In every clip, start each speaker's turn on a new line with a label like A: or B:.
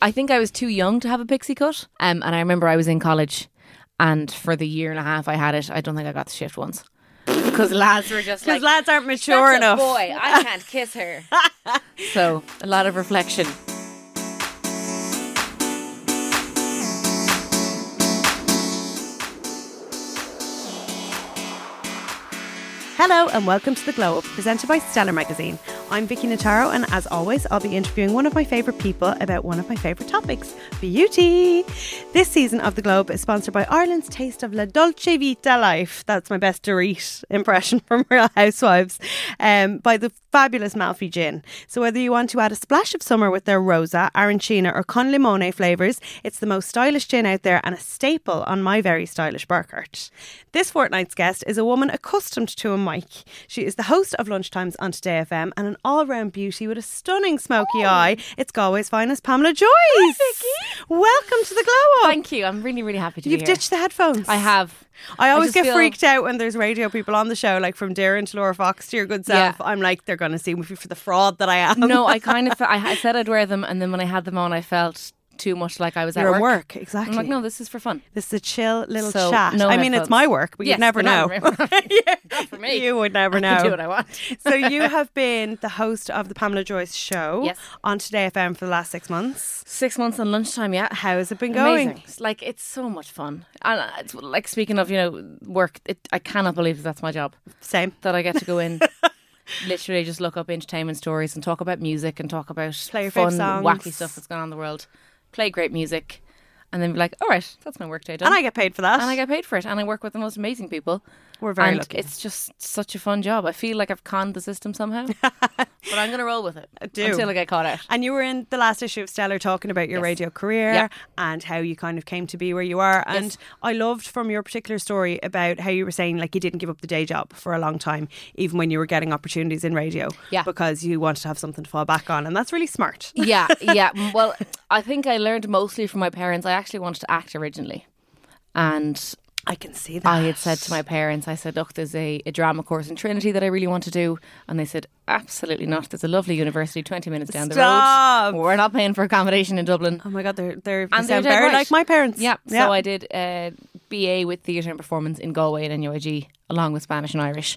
A: I think I was too young to have a pixie cut. Um, and I remember I was in college, and for the year and a half I had it, I don't think I got the shift once. Because lads were just
B: Because
A: like,
B: lads aren't mature
A: "That's a
B: enough.
A: boy, I can't kiss her. so a lot of reflection.
B: Hello and welcome to The Glow Up, presented by Stellar Magazine. I'm Vicky Notaro, and as always, I'll be interviewing one of my favourite people about one of my favourite topics beauty. This season of The Glow Up is sponsored by Ireland's Taste of La Dolce Vita Life. That's my best Dorit impression from Real Housewives. Um, by the fabulous Malfi Gin. So whether you want to add a splash of summer with their Rosa, Arancina, or Con Limone flavours, it's the most stylish gin out there and a staple on my very stylish Burkert. This fortnight's guest is a woman accustomed to a mic. She is the host of Lunchtimes on Today FM and an all-round beauty with a stunning smoky eye. It's Galway's finest Pamela Joyce. Welcome to the glow up.
A: Thank you. I'm really, really happy to
B: You've
A: be here.
B: ditched the headphones.
A: I have.
B: I always
A: just
B: get
A: feel-
B: freaked out when there's radio people on the show, like from Darren to Laura Fox to your good self.
A: Yeah.
B: I'm like, they're going to see me for the fraud that I am.
A: No, I kind of. I, I said I'd wear them, and then when I had them on, I felt too much like I was
B: You're
A: at
B: at
A: work.
B: work, exactly.
A: I'm like, no, this is for fun.
B: This is a chill little
A: So,
B: chat.
A: no
B: I mean,
A: headphones.
B: it's my work, but
A: Yes,
B: you'd never
A: but
B: know.
A: not
B: Not
A: for me.
B: You would never know.
A: I do what I want.
B: so you have been the host of the Pamela Joyce show
A: Yes.
B: on Today FM for the last six months.
A: Six months on lunchtime, yeah.
B: How has it been
A: Amazing.
B: going?
A: It's Like it's so much fun, and uh, it's like speaking of you know work. It, I cannot believe that that's my job
B: Same.
A: that I get to go in. Literally, just look up entertainment stories and talk about music and talk about
B: Play your
A: fun,
B: favourite songs.
A: wacky stuff that's going on in the world. Play great music, and then be like, "All right, that's my work day done."
B: And I get paid for that.
A: and I get paid for it, and I work with the most amazing people.
B: We're very
A: and
B: lucky.
A: It's just such a fun job. I feel like I've conned the system somehow, but I'm gonna roll with it
B: do.
A: until I get caught out.
B: And you were in the last issue of Stellar talking about your radio career
A: Yeah.
B: and how you kind of came to be where you are. And I loved from your particular story about how you were saying like you didn't give up the day job for a long time, even when you were getting opportunities in radio.
A: Yeah.
B: Because you wanted to have something to fall back on. And that's really smart.
A: yeah, yeah. Mm, Well, I think I learned mostly from my parents. I actually wanted to act originally. And
B: I can see that.
A: I had said to my parents, I said, look, there's a, a drama course in Trinity that I really want to do. And they said, absolutely not. There's a lovely university 20 minutes down
B: Stop.
A: the road. We're not paying for accommodation in Dublin.
B: Oh my God, they're, they're they
A: And they're
B: sound
A: dead
B: very
A: right.
B: like my parents.
A: Yeah. So I did uh, BA with theatre and performance in Galway and NUIG, along with Spanish and Irish.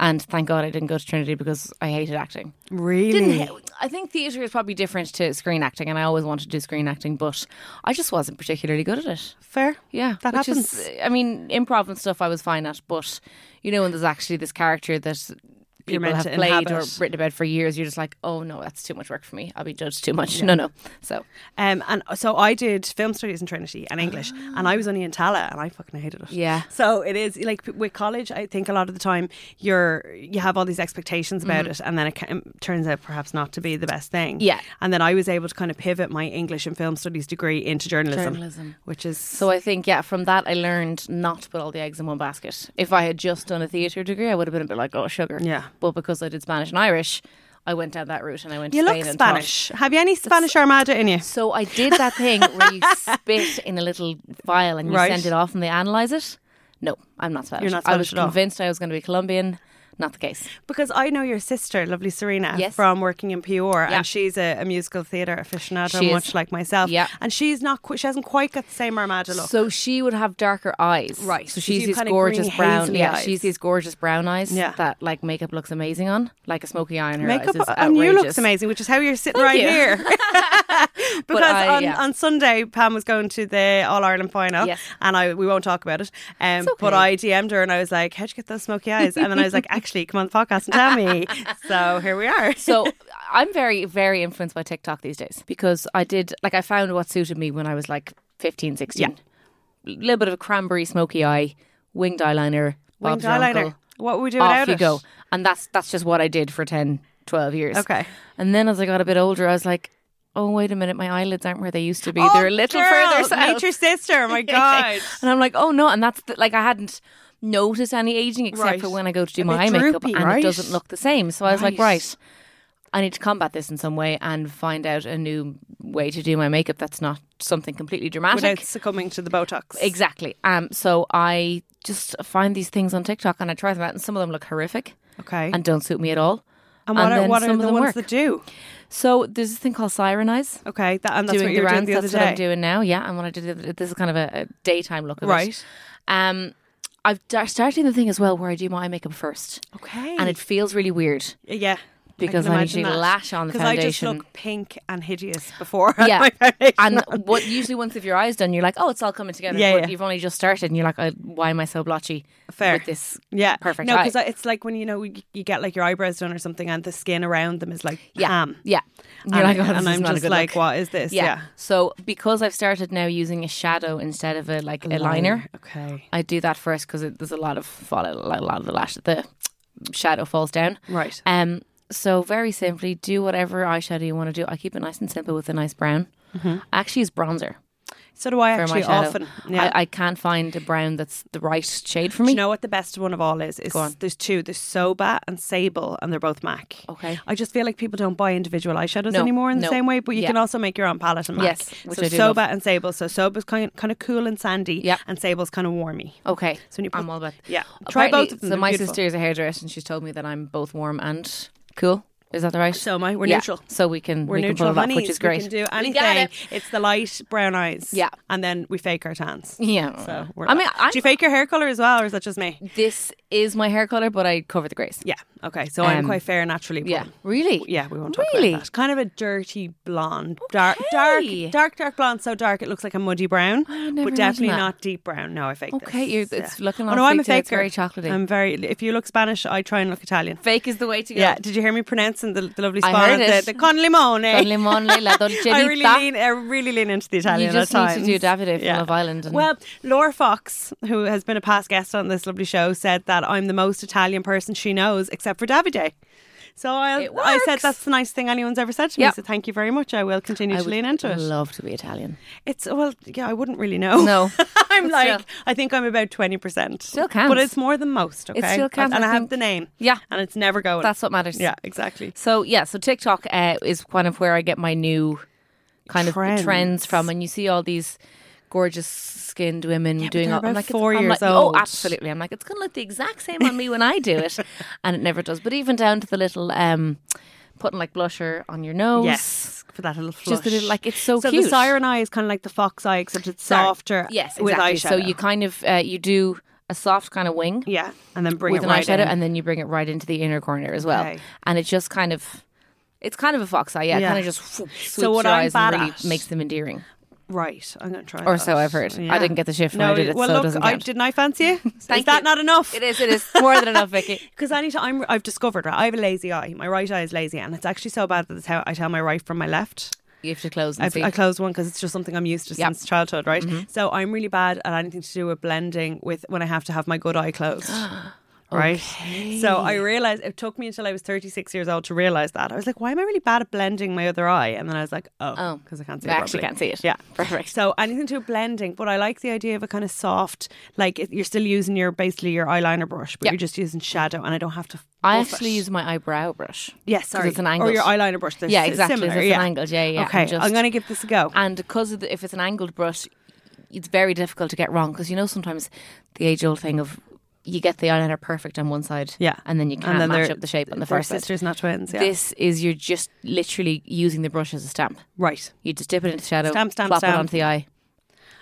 A: And thank God I didn't go to Trinity because I hated acting.
B: really.
A: Didn't
B: Hmm.
A: hate- I think theatre is probably different to screen acting, and I always wanted to do screen acting, but I just wasn't particularly good at it.
B: Fair.
A: Yeah,
B: That
A: which
B: happens.
A: Is, I mean, improv and stuff I was fine at, but you know, when there's actually this character that
B: You're
A: people
B: meant
A: have
B: to
A: played or
B: inhabit.
A: written about for years, you're just like, oh no, that's too much work for me. I'll be judged too much. No, no. So
B: Um, and so I did film studies in Trinity and English, and I was only in Tala, and I fucking hated it.
A: Yeah.
B: So it is like p- with college, I think a lot of the time you're you have all these expectations about it, and then it ca- um, turns out perhaps not to be the best thing.
A: Mm-hmm. Yeah.
B: And then I was able to kind of pivot my English and film studies degree into journalism,
A: Journalism.
B: which is
A: So I think, yeah, from that I learned not to put all the eggs in one basket. If I had just done a theatre degree, I would have been a bit like, oh, sugar.
B: Yeah.
A: But because I did Spanish and Irish, I went down that route and I went to
B: you
A: Spain
B: look
A: and taught.
B: Spanish. Have you any Spanish Armada in you?
A: So I did that thing where you spit in a little vial and you
B: Right.
A: send it off and they analyse it. No, I'm not Spanish.
B: You're not
A: I was
B: Spanish at all.
A: convinced I was going to be Colombian. Not the case.
B: Because I know your sister, lovely Serena,
A: Yes.
B: from working in Peor,
A: Yeah.
B: and she's a, a musical theatre aficionado,
A: She is.
B: much like myself.
A: Yeah.
B: And she's not, qu- she hasn't quite got the same Armada look.
A: So she would have darker eyes.
B: Right.
A: So
B: So you
A: she's these
B: kinda
A: gorgeous
B: green,
A: brown.
B: hazily
A: Yeah.
B: eyes.
A: She's these gorgeous brown eyes.
B: Yeah.
A: That like makeup looks amazing on. Like a smoky eye on her
B: Makeup
A: eyes is
B: on you looks
A: outrageous.
B: amazing, which is how you're sitting right
A: you.
B: here. because
A: I-
B: on,
A: yeah.
B: on Sunday, Pam was going to the All Ireland final,
A: Yes.
B: and I we won't talk about it. Um, But
A: okay.
B: I DM'd her and I was like, "How'd you get those smoky eyes?" And then I was like, "Actually, come on the podcast and tell me." so here we are.
A: so I'm very, very influenced by TikTok these days because I did, like, I found what suited me when I was like 15, 16. A little bit of a cranberry smoky eye, winged eyeliner,
B: Winged
A: Bob's your
B: eyeliner.
A: uncle.
B: What would we do
A: Off
B: without
A: you
B: it?
A: go. And that's that's just what I did for 10, 12 years.
B: Okay.
A: And then as I got a bit older, I was like, oh, wait a minute, my eyelids aren't where they used to be.
B: Oh,
A: They're a little
B: girl,
A: further south.
B: Meet your sister. Oh my god.
A: and I'm like, oh no. And that's the, like, I hadn't noticed any aging except
B: Right.
A: for when I go to do
B: A
A: my
B: bit
A: eye makeup
B: droopy,
A: and
B: right?
A: it doesn't look the same. So I was like,
B: Right.
A: right, I need to combat this in some way and find out a new way to do my makeup that's not something completely dramatic.
B: Without succumbing to the Botox.
A: exactly. Um, so I just find these things on TikTok and I try them out, and some of them look horrific
B: Okay.
A: and don't suit me at all.
B: And what
A: and
B: are
A: then
B: what are
A: some
B: the
A: of them
B: ones
A: work.
B: that do?
A: So there's this thing called Sirenize.
B: Okay, that, and that's
A: doing
B: what you
A: the
B: were doing
A: rounds.
B: the other
A: That's what I'm
B: day.
A: doing now. Yeah, and what I did the other- this is kind of a, a daytime look of
B: Right.
A: it. Um, I've d- started the thing as well where I do my eye makeup first,
B: Okay,
A: and it feels really weird
B: yeah.
A: because I, need to lash on the
B: Because I just
A: foundation.
B: look pink and hideous before.
A: Yeah.
B: my foundation.
A: and what usually once if your eyes done, you're like, oh, it's all coming together.
B: Yeah,
A: but
B: yeah.
A: you've only just started, and you're like, oh, why am I so blotchy
B: Fair.
A: with this?
B: yeah,
A: perfect
B: No,
A: eye.
B: because it's like when you know you, you get like your eyebrows done or something, and the skin around them is like
A: Yeah,
B: ham.
A: yeah. And you're like,
B: and,
A: oh, this
B: and
A: is
B: I'm
A: not a
B: just
A: good
B: like,
A: look.
B: what is this?
A: Yeah. So because I've started now using a shadow instead of a like a liner,
B: Okay.
A: I do that first because there's a lot of fallout, like a lot of the lash, the shadow falls down.
B: Right.
A: Um. So very simply, do whatever eyeshadow you want to do. I keep it nice and simple with a nice brown. I actually use bronzer
B: So do I
A: for
B: actually
A: my shadow.
B: Mm-hmm. often. Yeah.
A: I, I can't find a brown that's the right shade for me.
B: Do you know what the best one of all is? Is there's two. There's Soba and Sable, and they're both Mac.
A: Okay.
B: I just feel like people don't buy individual eyeshadows
A: No,
B: anymore in the
A: no.
B: same way, but you
A: Yeah.
B: can also make your own palette and Mac.
A: Yes, which
B: so
A: I do
B: Soba and Sable. So Soba's kind kind of cool and sandy,
A: Yep.
B: and Sable's kind of warmy.
A: Okay.
B: So when you put-
A: I'm all about.
B: Yeah. Try
A: Apparently,
B: both of them.
A: So
B: They're
A: my
B: beautiful.
A: sister is a hairdresser, and she's told me that I'm both warm and cool. Is that the right?
B: So am I. We're
A: Yeah.
B: neutral.
A: So we can
B: We're
A: we
B: neutral
A: can pull it off,
B: honeys.
A: which is
B: We
A: great.
B: can do
A: We
B: anything.
A: got it.
B: It's the light brown eyes.
A: Yeah.
B: And then we fake our tans.
A: Yeah.
B: So we're
A: I mean,
B: like-
A: I'm,
B: do you fake your hair color as well, or is that just me?
A: this is my hair color, but I cover the grays.
B: Yeah. Okay. So I'm
A: Um,
B: quite fair naturally. but-
A: Yeah. Really?
B: Yeah, we won't talk
A: Really?
B: about that. Kind of a dirty blonde, dark, dark,
A: Okay.
B: dark, dark blonde. So dark it looks like a muddy brown,
A: never
B: but
A: imagined
B: definitely
A: that.
B: not deep brown. No, I fake this.
A: Okay, you're, it's looking
B: Oh
A: like
B: no, I'm a faker.
A: It's very chocolatey.
B: I'm very. If you look Spanish, I try and look Italian.
A: Fake is the way to go.
B: Yeah. Did you hear me pronouncing the, the lovely
A: I
B: Spanish?
A: heard it.
B: The, the con limone.
A: Con limone, la
B: I really
A: dolcezza.
B: lean. I really lean into the Italian.
A: You just
B: at
A: need to
B: times.
A: do Davide from Love Island and-
B: well, Laura Fox, who has been a past guest on this lovely show, said that I'm the most Italian person she knows, except for Davide. So I,
A: It
B: I said
A: works.
B: that's the nice thing anyone's ever said to me.
A: Yep.
B: So thank you very much. I will continue
A: I
B: to
A: would
B: lean into it.
A: love to be Italian.
B: It's well, yeah. I wouldn't really know.
A: No.
B: I'm
A: But
B: like,
A: still.
B: I think I'm about twenty percent. Still
A: counts.
B: but it's more than most. Okay,
A: still counts,
B: and I,
A: I
B: have
A: think.
B: the name.
A: Yeah.
B: and it's never going.
A: That's what matters.
B: yeah, exactly.
A: So yeah, so TikTok uh, is kind of where I get my new kind
B: Trends.
A: of trends from, and you see all these gorgeous skinned women doing.
B: they're
A: all,
B: about
A: I'm like, it's-
B: four
A: I'm
B: years
A: like,
B: old.
A: Oh, absolutely. I'm like, it's going to look the exact same on me when I do it, and it never does. But even down to the little um, putting like blusher on your nose.
B: Yes, for that little flush.
A: Just that it, like, it's so
B: so the
A: cute.
B: siren eye is kind of like the fox eye, except it's
A: Sorry.
B: softer.
A: Yes,
B: with
A: exactly.
B: eyeshadow.
A: So you kind of uh, you do a soft kind of wing
B: yeah, and then bring
A: with
B: it
A: an
B: right
A: eyeshadow,
B: in.
A: and then you bring it right into the inner corner as well,
B: Okay.
A: and it just kind of. It's kind of a fox eye, yeah.
B: Yeah.
A: It kind of just whoop, sweeps
B: what
A: your
B: I'm
A: eyes
B: bad
A: and really
B: at-
A: makes them endearing.
B: right, I'm gonna try.
A: Or
B: that.
A: so I've heard. I didn't get the shift when
B: no,
A: I did it,
B: Well,
A: so it
B: look,
A: doesn't
B: I,
A: count.
B: didn't I fancy you? Is
A: Thank
B: that
A: you.
B: not enough?
A: It is. It is more than enough, Vicky.
B: Because anytime I'm, I've discovered, right, I have a lazy eye. My right eye is lazy, and it's actually so bad that it's how I tell my right from my left.
A: You have to close and
B: I've,
A: see.
B: I closed one because it's just something I'm used to
A: Yep. Mm-hmm.
B: since childhood, right? So I'm really bad at anything to do with blending with when I have to have my good eye closed. Right. So I realized it took me until I was 36 years old to realize that. I was like, why am I really bad at blending my other eye? And then I was like, oh,
A: Oh.
B: because I can't see
A: I
B: it.
A: actually
B: properly.
A: can't see it.
B: Yeah.
A: Perfect.
B: So anything to do with blending, but I like the idea of a kind of soft, like it- you're still using your basically your eyeliner brush, but
A: Yep.
B: you're just using shadow and I don't have to.
A: I
B: buff
A: actually
B: it.
A: use my eyebrow brush.
B: Yes, sorry.
A: it's an angled.
B: Or your eyeliner brush. They're
A: yeah,
B: si-
A: exactly.
B: Similar.
A: so it's
B: yeah.
A: an angled. Yeah, yeah. and
B: Okay,
A: just-
B: I'm going to give this a go.
A: And because of the, if it's an angled brush, it's very difficult to get wrong because you know sometimes the age old thing of you get the eyeliner perfect on one side,
B: Yeah.
A: and then you can't
B: then
A: match
B: they're-
A: up the shape on the
B: they're
A: first side.
B: sisters, not twins. Yeah.
A: This is you're just literally using the brush as a stamp.
B: right.
A: You just dip it into shadow,
B: Stamp, stamp,
A: plop
B: stamp.
A: it onto the eye,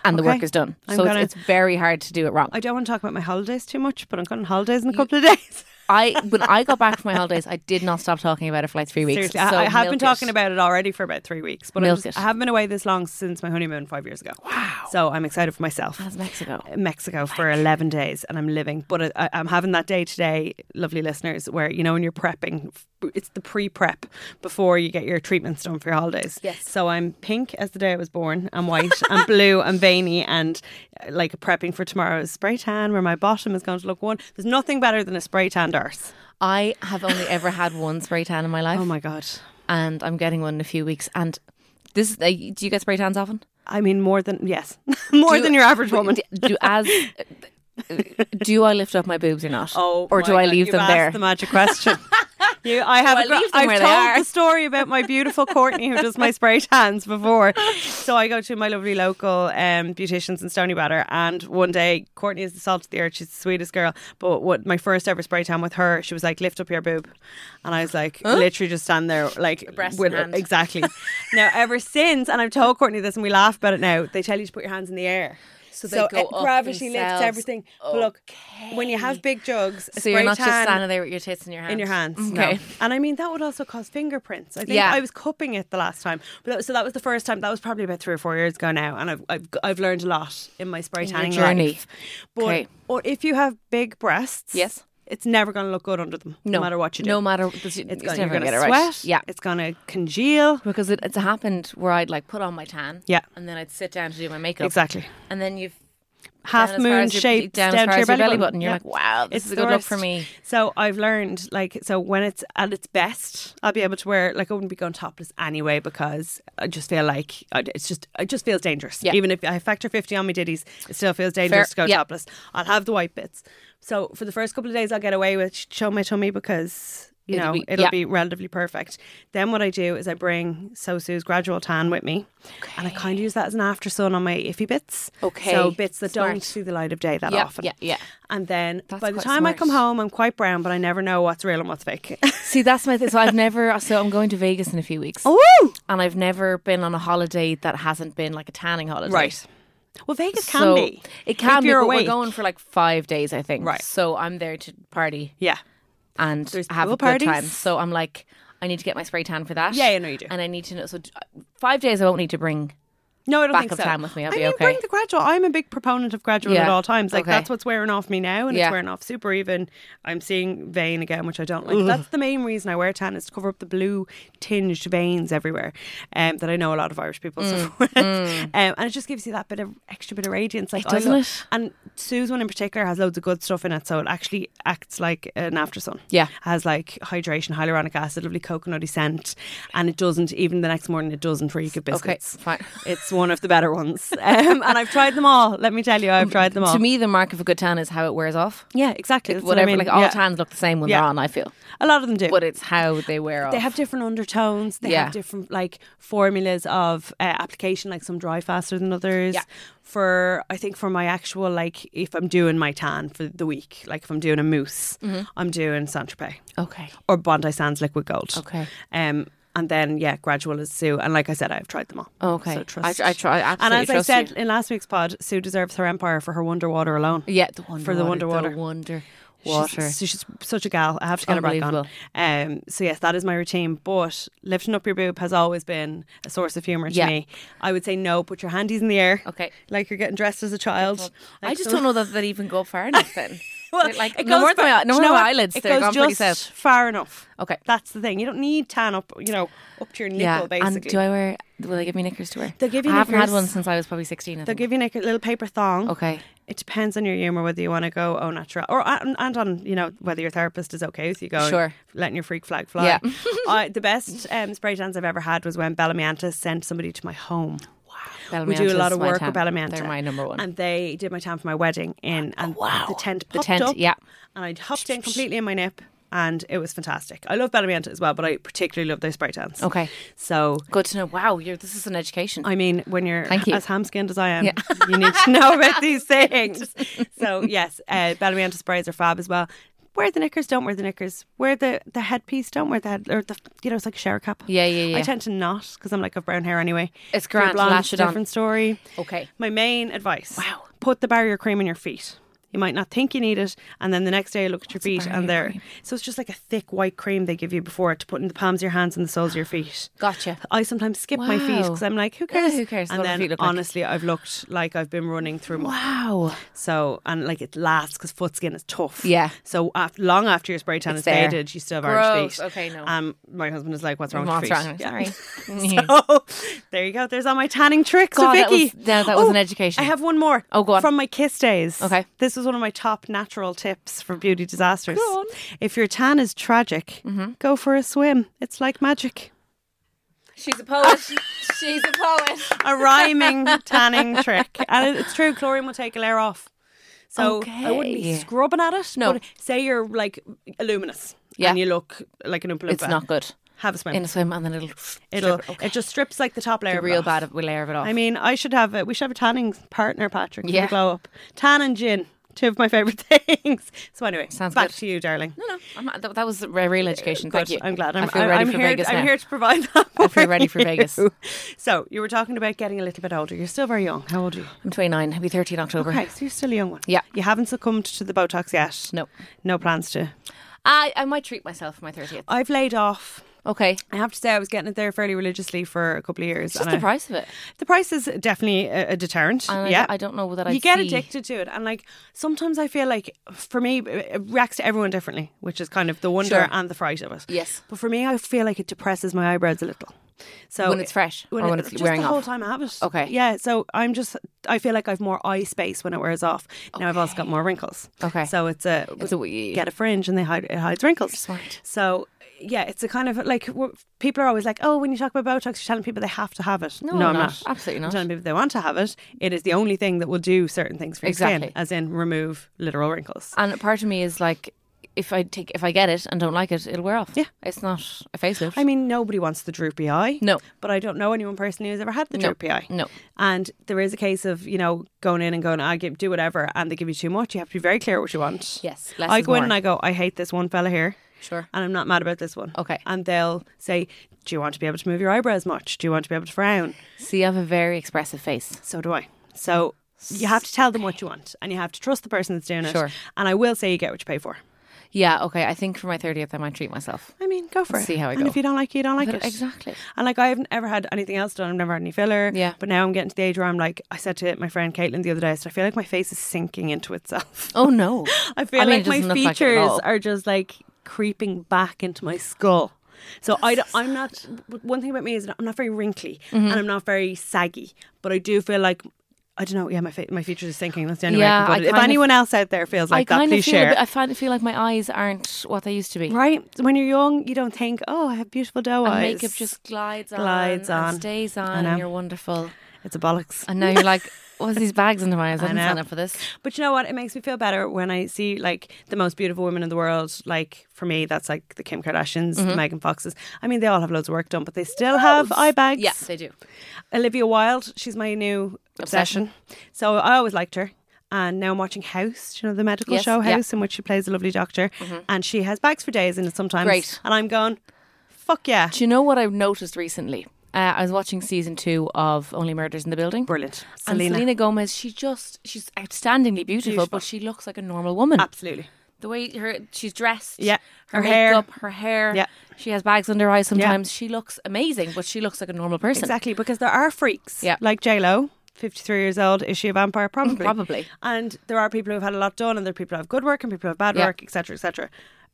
A: and the
B: Okay.
A: work is done.
B: I'm
A: so
B: gonna-
A: it's, it's very hard to do it wrong.
B: I don't want to talk about my holidays too much, but I'm going on holidays in a couple of days.
A: I when I got back from my holidays, I did not stop talking about it for like three weeks.
B: Seriously, I-
A: So
B: I have been
A: milk it.
B: talking about it already for about three weeks, but I'm
A: Milk
B: just- i
A: it.
B: haven't been away this long since my honeymoon five years ago. Wow! So I'm excited for myself.
A: That's Mexico.
B: Mexico for 11 days and I'm living. But I- I, I'm having that day today, lovely listeners, where, you know, when you're prepping, f- it's the pre prep before you get your treatments done for your holidays.
A: Yes.
B: So I'm pink as the day I was born, and white, and blue, and veiny, and uh, like prepping for tomorrow's spray tan where my bottom is going to look one. There's nothing better than a spray tanned arse.
A: I have only ever had one spray tan in my life,
B: Oh my God.
A: and I'm getting one in a few weeks. And this, is- uh, do you get spray tans often?
B: I mean, more than, yes, more
A: Do-
B: than your average woman.
A: Do, do- as do I lift up my boobs or not?
B: Oh,
A: or do
B: my
A: I
B: God,
A: leave
B: Oh you've
A: them
B: asked
A: there?
B: The magic question. You, I have.
A: Well,
B: a gra-
A: leave them
B: I've
A: where they
B: told
A: are.
B: the story about my beautiful Courtney who does my spray tans before. So I go to my lovely local um, beauticians in Stony Batter, and one day Courtney is the salt of the earth. She's the sweetest girl. But what my first ever spray tan with her, she was like, "Lift up your boob," and I was like, literally just stand there, like
A: breast
B: with
A: in hand.
B: exactly. now ever since, and I've told Courtney this, and we laugh about it now. They tell you to put your hands in the air. So,
A: they go
B: uh,
A: up
B: gravity lifts
A: themselves.
B: everything. But look, when you have big jugs, a
A: So you're
B: spray
A: not just
B: tan-
A: standing there with your tits in your hands.
B: in your hands.
A: Okay.
B: No. And I mean, that would also cause fingerprints. I think
A: Yeah.
B: I was cupping it the last time. But that was, so that was the first time. That was probably about three or four years ago now. And I've, I've, I've learned a lot in my spray
A: your
B: tanning
A: journey.
B: life. But
A: Okay.
B: or if you have big breasts,
A: Yes.
B: it's never going to look good under them, no, matter what you do.
A: No matter. It's,
B: it's
A: it's never
B: gonna,
A: going to
B: you're going
A: get
B: to
A: it
B: sweat.
A: right. Yeah.
B: It's going to congeal.
A: Because it, it's happened where I'd like put on my tan.
B: Yeah.
A: And then I'd sit down to do my makeup.
B: Exactly.
A: And then you've
B: Half
A: down as far
B: moon
A: as your-
B: shaped
A: down,
B: down,
A: as far
B: to your belly,
A: button. You're
B: Yeah.
A: like, wow, this
B: It's
A: is a
B: the
A: good look for
B: worst.
A: me.
B: So I've learned, like, so when it's at its best, I'll be able to wear, like, I wouldn't be going topless anyway because I just feel like I'd- it's just, it just feels dangerous.
A: Yeah.
B: Even if I factor 50 on my ditties, it still feels dangerous
A: Fair.
B: to go
A: Yeah.
B: topless. I'll have the white bits. So for the first couple of days, I'll get away with show my tummy because. You
A: It'll
B: know,
A: be-
B: it'll
A: yeah.
B: be relatively perfect. Then what I do is I bring Sosu's gradual tan with me, and I kind of use that as an after sun on my iffy bits.
A: Okay.
B: so bits that don't
A: Smart.
B: see the light of day that
A: Yeah,
B: often.
A: yeah, yeah.
B: And then
A: That's
B: by the
A: quite
B: time I
A: smart.
B: come home, I'm quite brown, but I never know what's real and what's fake.
A: See, that's my thing. So I've never. So I'm going to Vegas in a few weeks.
B: Woo!
A: And I've never been on a holiday that hasn't been like a tanning holiday.
B: Right. Well, Vegas can
A: so
B: be.
A: It can
B: if
A: be.
B: You're
A: but
B: awake.
A: We're going for like five days, I think.
B: Right.
A: So I'm there to party
B: Yeah.
A: and
B: There's
A: have
B: pool
A: a good time.
B: parties.
A: So I'm like, I need to get my spray tan for that.
B: Yeah, yeah, no, you do.
A: And I need to know. So uh, five days, I won't need to bring.
B: No, I don't
A: Back
B: think
A: of
B: so.
A: tan with me, I'll
B: I
A: be
B: mean,
A: okay.
B: bring the gradual. I'm a big proponent of gradual at
A: Yeah.
B: all times. Like
A: Okay.
B: that's what's wearing off me now, and
A: Yeah.
B: it's wearing off super even. I'm seeing vein again, which I don't like. That's the main reason I wear tan is to cover up the blue tinged veins everywhere. Um, that I know a lot of Irish
A: Mm,
B: people suffer with, um, and it just gives you that bit of extra bit of radiance. Like I
A: doesn't
B: lo-
A: it?
B: And Sue's one in particular has loads of good stuff in it, so it actually acts like an after sun.
A: Yeah.
B: has like hydration, hyaluronic acid, lovely coconutty scent, and it doesn't even the next morning it doesn't reek of
A: Okay.
B: biscuits.
A: Fine.
B: It's one of the better ones. Um, and I've tried them all. Let me tell you, I've tried them all.
A: To me, the mark of a good tan is how it wears off.
B: yeah, exactly. That's what I
A: Whatever,
B: mean.
A: like all
B: Yeah.
A: tans look the same when
B: Yeah.
A: they're on. I feel,
B: A lot of them do.
A: but it's how they wear off.
B: they have different undertones. They
A: Yeah.
B: have different like formulas of uh, application. Like some dry faster than others.
A: Yeah.
B: For I think for my actual like, if I'm doing my tan for the week, like if I'm doing a mousse,
A: Mm-hmm.
B: I'm doing Saint Tropez
A: okay.
B: or Bondi Sands Liquid Gold.
A: Okay.
B: Um, and then yeah, gradual is Sue. And like I said, I've tried them all.
A: Okay.
B: So trust.
A: I, I try. I
B: and
A: absolutely
B: as I
A: trust
B: said
A: Oh, you.
B: in last week's pod, Sue deserves her empire for her Wonder Water alone.
A: yeah, the wonder
B: for the
A: water,
B: Wonder
A: the
B: Water.
A: wonder
B: She's-
A: water.
B: so She's, such a gal. I have to get her back on.
A: Unbelievable.
B: Um, so yes, that is my routine. But lifting up your boob has always been a source of humour to
A: Yeah.
B: me. I would say no. Put your handies in the air.
A: Okay.
B: Like you're getting dressed as a child.
A: I
B: Like
A: just don't
B: some-
A: know that they even go far enough. Then, They're like
B: it
A: no
B: goes
A: more than
B: fa-
A: my, no
B: Do you
A: more
B: know
A: than my
B: what?
A: eyelids.
B: It
A: They're
B: goes
A: gone pretty south.
B: just far enough.
A: Okay.
B: That's the thing. You don't need tan up. You know, up to your nipple.
A: Yeah,
B: Basically.
A: and do I wear? Will they give me knickers to wear?
B: They'll give you
A: I haven't had
B: knickers.
A: one since I was probably sixteen. I
B: They'll
A: think.
B: give you like a little paper thong.
A: okay,
B: It depends on your humour whether you want to go au natural or and, and on you know whether your therapist is okay with you going
A: Sure.
B: letting your freak flag fly.
A: Yeah.
B: I, the best um, spray tans I've ever had was when Bellamianta sent somebody to my home. We do a
A: Bellamianta's
B: lot of
A: my
B: work
A: tan.
B: with Bellamianta.
A: They're my number one. Oh,
B: And they did my tan for my wedding in and the tent
A: The
B: popped
A: tent,
B: up,
A: yeah.
B: And I hopped in completely in my nip and it was fantastic. I love Bellamianta as well, but I particularly love their spray tans.
A: Okay.
B: So
A: good to know. Wow, you're, this is an education.
B: I mean, when you're
A: Thank you.
B: as ham skinned as I am, you need to know about these things. so, yes, uh, Bellamianta sprays are fab as well. Wear the knickers, don't wear the knickers. Wear the, the headpiece, don't wear the head, or the, you know, it's like a shower cap.
A: Yeah, yeah,
B: I
A: yeah.
B: tend to not because I'm like, I've brown hair anyway.
A: It's
B: If you're
A: grand,
B: blonde,
A: lash
B: it's
A: it
B: a
A: on.
B: different story.
A: Okay.
B: My main advice
A: Wow.
B: put the barrier cream on your feet. You might not think you need it, and then the next day you look at your feet, and they're so it's just like a thick white cream they give you before it to put in the palms of your hands and the soles of your feet.
A: Gotcha.
B: I sometimes skip my feet
A: Wow.
B: because I'm like, who cares?
A: who cares?
B: And
A: What do
B: then
A: feet look like?
B: honestly, I've looked like I've been running through mud.
A: Wow.
B: So and like it lasts because foot skin is tough.
A: Yeah.
B: So af long after your spray tan is
A: there.
B: faded, you still have
A: Gross.
B: orange feet.
A: Okay, no.
B: Um, my husband is like, what's wrong
A: What's
B: with your feet?
A: wrong?
B: Yeah.
A: Sorry.
B: So there you go. There's all my tanning tricks,
A: God,
B: with
A: that
B: Vicky.
A: was- no, that was
B: Oh,
A: an education.
B: I have one more.
A: Oh, go on.
B: From my kiss days.
A: Okay.
B: This was one of my top natural tips for beauty disasters. If your tan is tragic,
A: Mm-hmm.
B: go for a swim. It's like magic.
A: She's a poet. She's a poet.
B: a rhyming tanning trick. And it- it's true, chlorine will take a layer off. So I wouldn't be
A: Okay.
B: scrubbing at it.
A: No.
B: But say you're like luminous
A: Yeah.
B: and you look like an Oompa
A: It's
B: Loompa.
A: not good.
B: Have a swim.
A: In a swim and then it'll
B: It'll
A: strip- okay.
B: it just strips like the top layer.
A: a
B: of
A: real
B: off.
A: bad of- layer of it off.
B: I mean, I should have a, we should have a tanning partner, Patrick. Yeah.
A: Yeah.
B: Glow up, tan and gin, two of my favorite things. So anyway,
A: Sounds
B: back
A: good.
B: to you, darling.
A: no, no, I'm not, that, that was a re- real education. Thank
B: Good.
A: you.
B: I'm glad.
A: I
B: I'm,
A: feel
B: I'm-
A: ready
B: I'm
A: for
B: here,
A: Vegas
B: I'm
A: now.
B: here to provide that.
A: I feel
B: for
A: ready for
B: you.
A: Vegas.
B: So you were talking about getting a little bit older. You're still very young. How old are you?
A: I'm 29. I'll be 30 in October.
B: Okay, so you're still a young one.
A: Yeah.
B: You haven't succumbed to the Botox yet.
A: No.
B: No plans to.
A: I, I might treat myself for my 30th.
B: I've laid off.
A: Okay.
B: I have to say, I was getting it there fairly religiously for a couple of years.
A: Just
B: and
A: the
B: I-
A: price of it.
B: The price is definitely a, a deterrent.
A: And I
B: yeah,
A: don't- I don't know that I'd
B: you get
A: see-
B: addicted to it, and like sometimes I feel like for me it reacts to everyone differently, which is kind of the wonder
A: Sure.
B: and the fright of it.
A: Yes.
B: but for me, I feel like it depresses my eyebrows a little. So
A: When it's fresh or when it's
B: just
A: wearing
B: the whole
A: off?
B: time I have it.
A: Okay.
B: yeah. So I'm just I feel like I've more eye space when it wears off. Now I've also got more wrinkles.
A: Okay.
B: so it's a
A: It's a wee-
B: get a fringe and they hide it hides wrinkles.
A: Smart.
B: So yeah, it's a kind of like w- people are always like, oh, when you talk about Botox, you're telling people they have to have it. No,
A: I'm
B: I'm
A: not.
B: not.
A: Absolutely
B: I'm
A: not.
B: telling people they want to have it. It is the only thing that will do certain things for your skin,
A: Exactly.
B: as in remove literal wrinkles.
A: And part of me is like, if I take, if I get it and don't like it, it'll wear off.
B: Yeah.
A: It's not a facelift.
B: I mean, nobody wants the droopy eye.
A: No.
B: But I don't know anyone personally who's ever had the
A: No.
B: droopy eye.
A: No.
B: And there is a case of, you know, going in and going, I give, do whatever, and they give you too much. You have to be very clear what you want.
A: Yes, less
B: I
A: is
B: go in
A: more.
B: and I go, I hate this one fella here.
A: Sure.
B: And I'm not mad about this one.
A: Okay.
B: And they'll say, Do you want to be able to move your eyebrows much? Do you want to be able to frown?
A: See, I have a very expressive face.
B: So do I. So you have to tell them what you want and you have to trust the person that's doing it.
A: Sure.
B: And I will say you get what you pay for.
A: Yeah. Okay. I think for my 30th, I might treat myself.
B: I mean, go for
A: Let's
B: it.
A: see how I
B: and
A: go.
B: if you don't like it, you don't like it.
A: But exactly.
B: And like I haven't ever had anything else done. I've never had any filler.
A: Yeah.
B: But now I'm getting to the age where I'm like, I said to my friend Caitlin the other day, I said, I feel like my face is sinking into itself.
A: Oh no.
B: I feel
A: I mean, it doesn't
B: like my
A: look like it at
B: features
A: all.
B: are just like creeping back into my skull. So I don't, I'm not. w- One thing about me is that I'm not very wrinkly
A: Mm-hmm.
B: and I'm not very saggy, but I do feel like I don't know. Yeah, my fa- my features are sinking. That's the only
A: Yeah, I
B: way I can put it. If
A: kind of-
B: anyone else out there feels like
A: I
B: that,
A: kind
B: please
A: of feel. A
B: share.
A: bit, I find, feel like my eyes aren't what they used to be.
B: right when you're young, you don't think, "Oh, I have beautiful doe
A: And
B: eyes."
A: makeup just glides,
B: Glides
A: on,
B: on.
A: and stays
B: I
A: on,
B: know.
A: and you're wonderful.
B: it's a bollocks.
A: And now you're like, what's these bags under my eyes? I, didn't
B: know.
A: sign up for this.
B: But you know what? It makes me feel better when I see like the most beautiful women in the world. Like for me, that's like the Kim Kardashians,
A: Mm-hmm.
B: the Megan Foxes. I mean, they all have loads of work done, but they still have eye bags.
A: Yes, they do.
B: Olivia Wilde, she's my new obsession.
A: Obsession.
B: So I always liked her. And now I'm watching House, do you know, the medical
A: Yes,
B: show
A: yeah. Mm-hmm.
B: House, in which she plays a lovely doctor. And she has bags for days in it sometimes.
A: Great.
B: And I'm going, fuck yeah.
A: Do you know what I've noticed recently? Uh, I was watching season two of Only Murders in the Building.
B: Brilliant.
A: And
B: Selena.
A: Selena. Gomez, she just she's outstandingly beautiful,
B: Beautiful.
A: but she looks like a normal woman.
B: Absolutely.
A: the way her she's dressed,
B: Yeah.
A: her,
B: Her hair.
A: makeup, her hair,
B: Yeah.
A: she has bags under her eyes. Sometimes she looks amazing, but she looks like a normal person.
B: Exactly, because there are freaks.
A: Yeah.
B: Like J-Lo, 53 years old, is she a vampire? Probably.
A: Probably.
B: And there are people who have had a lot done, and there are people who have good work and people who have bad
A: Yeah.
B: work, etc., etc.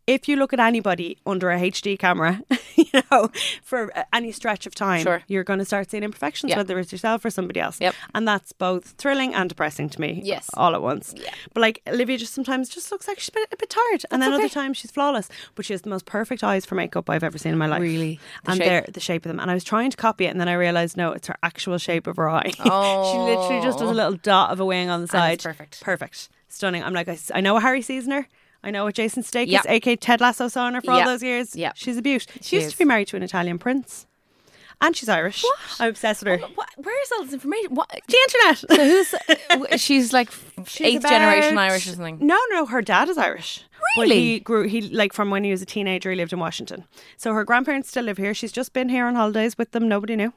B: If you look at anybody under a HD camera, you know, for uh, any stretch of time,
A: Sure.
B: you're going to start seeing imperfections,
A: Yeah.
B: whether it's yourself or somebody else.
A: Yep.
B: And that's both thrilling and depressing to me.
A: Yes.
B: All at once. But like Olivia just sometimes just looks like she's a bit, a bit tired. and then other
A: okay.
B: times she's flawless. But she has the most perfect eyes for makeup I've ever seen in my life.
A: Really? The
B: and
A: shape?
B: they're the shape of them. And I was trying to copy it, and then I realized no, it's her actual shape of her eye. she literally just does a little dot of a wing on the
A: Oh.
B: side.
A: it's perfect.
B: perfect, stunning. I'm like, I, s- I know Harry sees her. I know what Jason Statham,
A: Yeah.
B: aka Ted Lasso, saw in her for all
A: Yeah.
B: those years.
A: Yeah.
B: she's a beaut. She, used
A: is.
B: to be married to an Italian prince, and she's Irish. I'm obsessed with her.
A: What, where is all this information? What?
B: the internet.
A: So who's w- she's like
B: She's
A: eighth
B: about-
A: generation Irish or something?
B: No, no, her dad is Irish. But
A: Really?
B: he grew he like from when he was a teenager. He lived in Washington, so her grandparents still live here. She's just been here on holidays with them. Nobody knew,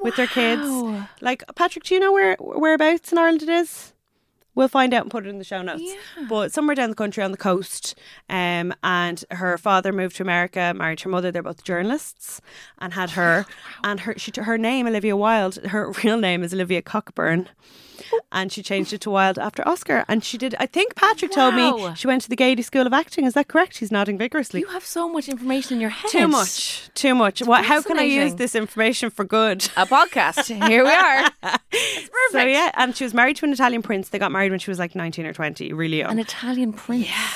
B: with their kids.
A: Wow.
B: Like Patrick, do you know where whereabouts in Ireland it is? We'll find out and put it in the show notes. But somewhere down the country on the coast, um, and her father moved to America, married her mother. They're both journalists, and had her, and her she her name Olivia Wilde. Her real name is Olivia Cockburn
A: Oh.
B: and she changed it to Wilde after Oscar. And she did. I think Patrick told me
A: Wow.
B: she went to the Gaiety School of Acting. Is that correct? He's nodding vigorously.
A: You have so much information in your head.
B: too much, too much. What? How can I use
A: fascinating.
B: this information for good?
A: A podcast. Here we are. It's perfect.
B: So yeah, and she was married to an Italian prince. They got married when she was like nineteen or twenty, really young.
A: An Italian prince. Yeah.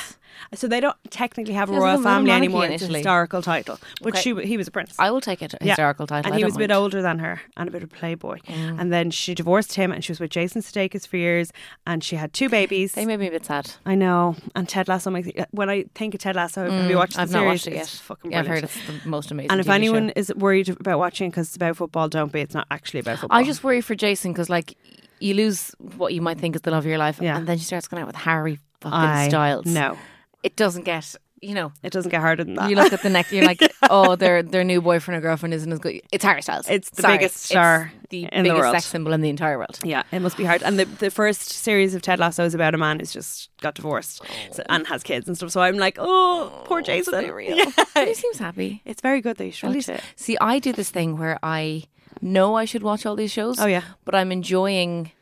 B: So they don't technically have a
A: Feels like
B: royal
A: a
B: family
A: monarchy
B: anymore. It's a
A: initially.
B: historical title, but
A: Okay.
B: she w- he was a prince.
A: I will take it. a Historical title.
B: And
A: I
B: he
A: don't Mm.
B: was a bit
A: mind.
B: older than her and a bit of a playboy. And then she divorced him and she was with Jason Sudeikis for years and she had two babies.
A: They made me a bit sad.
B: I know. And Ted Lasso makes when I think of Ted Lasso, I've probably watched the
A: Mm, I've not
B: series.
A: watched it yet.
B: It's fucking
A: yeah, I've
B: brilliant.
A: heard it's the most amazing.
B: and if
A: TV show.
B: anyone is worried about watching because it's about football, don't be. It's not actually about football.
A: I just worry for Jason because like you lose what you might think is the love of your life,
B: Yeah.
A: and then she starts going out with Harry fucking
B: I-
A: Styles.
B: No,
A: it doesn't get you know.
B: it doesn't get harder than that.
A: You look at the next, you're like, oh, their their new boyfriend or girlfriend isn't as good. It's Harry Styles.
B: It's the
A: Sorry.
B: biggest
A: It's
B: star
A: the
B: in the
A: biggest
B: world.
A: sex symbol in the entire world.
B: Yeah, it must be hard. And the, the first series of Ted Lasso is about a man who's just got divorced so,
A: Oh.
B: and has kids and stuff. So I'm like, oh, poor Jason.
A: But
B: Yeah.
A: he seems happy.
B: It's very good that you should watch it.
A: See, I do this thing where I know I should watch all these shows.
B: Oh, yeah.
A: but I'm enjoying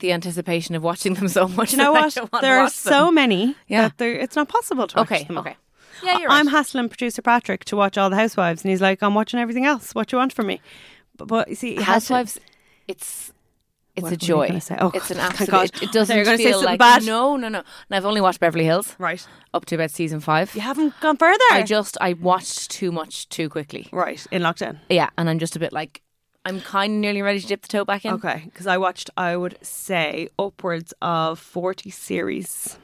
A: the anticipation of watching them so much.
B: You know
A: that I
B: what?
A: don't wanna
B: There are
A: watch them.
B: so many
A: Yeah.
B: that there, it's not possible to watch
A: okay.
B: them all.
A: Okay. Yeah, you're right.
B: I'm hassling producer Patrick to watch all the Housewives, and he's like, I'm watching everything else. What do you want from me? But, but you see, he has to-
A: Housewives, it's it's
B: What
A: a
B: were you
A: joy.
B: gonna say? Oh,
A: it's an
B: thank
A: absolute.
B: God.
A: It, it
B: I thought you
A: doesn't
B: were gonna say
A: feel
B: something
A: like
B: bad.
A: no, no, no. And I've only watched Beverly Hills
B: Right.
A: up to about season five.
B: You haven't gone further.
A: I just I watched too much too quickly.
B: right. In lockdown.
A: Yeah, and I'm just a bit like I'm kind of nearly ready to dip the toe back in.
B: Okay. Because I watched, I would say, upwards of 40 series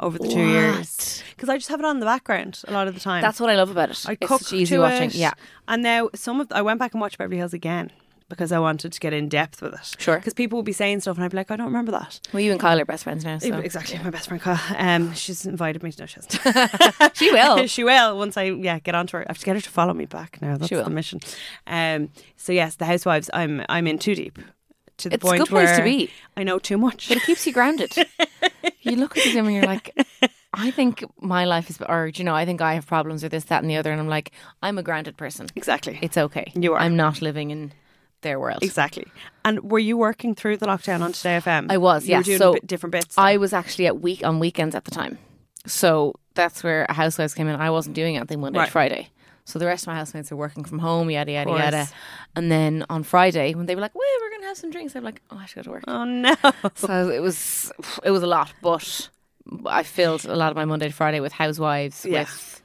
B: over the two years. Because I just have it on in the background a lot of the time.
A: That's what I love about it.
B: I
A: it's
B: cook
A: such easy
B: to
A: watching.
B: it.
A: Yeah,
B: And now some of I went back and watched Beverly Hills again because I wanted to get in depth with it.
A: Sure.
B: Because people would be saying stuff and I'd be like, I don't remember that.
A: well, you and Kyle are best friends now, so
B: Exactly. My best friend Kyle. Um, she's invited me to no, she hasn't.
A: she will.
B: she will once I yeah get onto her. I have to get her to follow me back now. That's
A: She will.
B: the mission. Um, so yes, the Housewives. I'm I'm in too deep to the
A: It's a
B: point
A: good place
B: where
A: to be.
B: I know too much.
A: But it keeps you grounded. you look at them and you're like, I think my life is, or do you know, I think I have problems with this, that, and the other, and I'm like, I'm a grounded person.
B: exactly.
A: It's okay.
B: You are.
A: I'm not living in their world.
B: exactly. And were you working through the lockdown on Today FM?
A: I was,
B: You
A: yeah.
B: were doing
A: So
B: bit- different bits.
A: I was actually at week on weekends at the time, so that's where housewives came in. I wasn't doing anything Monday
B: Right.
A: to Friday. So the rest of my housemates were working from home, yada yada
B: course.
A: yada. And then on Friday, when they were like, "Well, we're gonna have some drinks," I'm like, "Oh, I should go to work."
B: oh no.
A: So it was it was a lot, but I filled a lot of my Monday to Friday with housewives,
B: Yeah.
A: with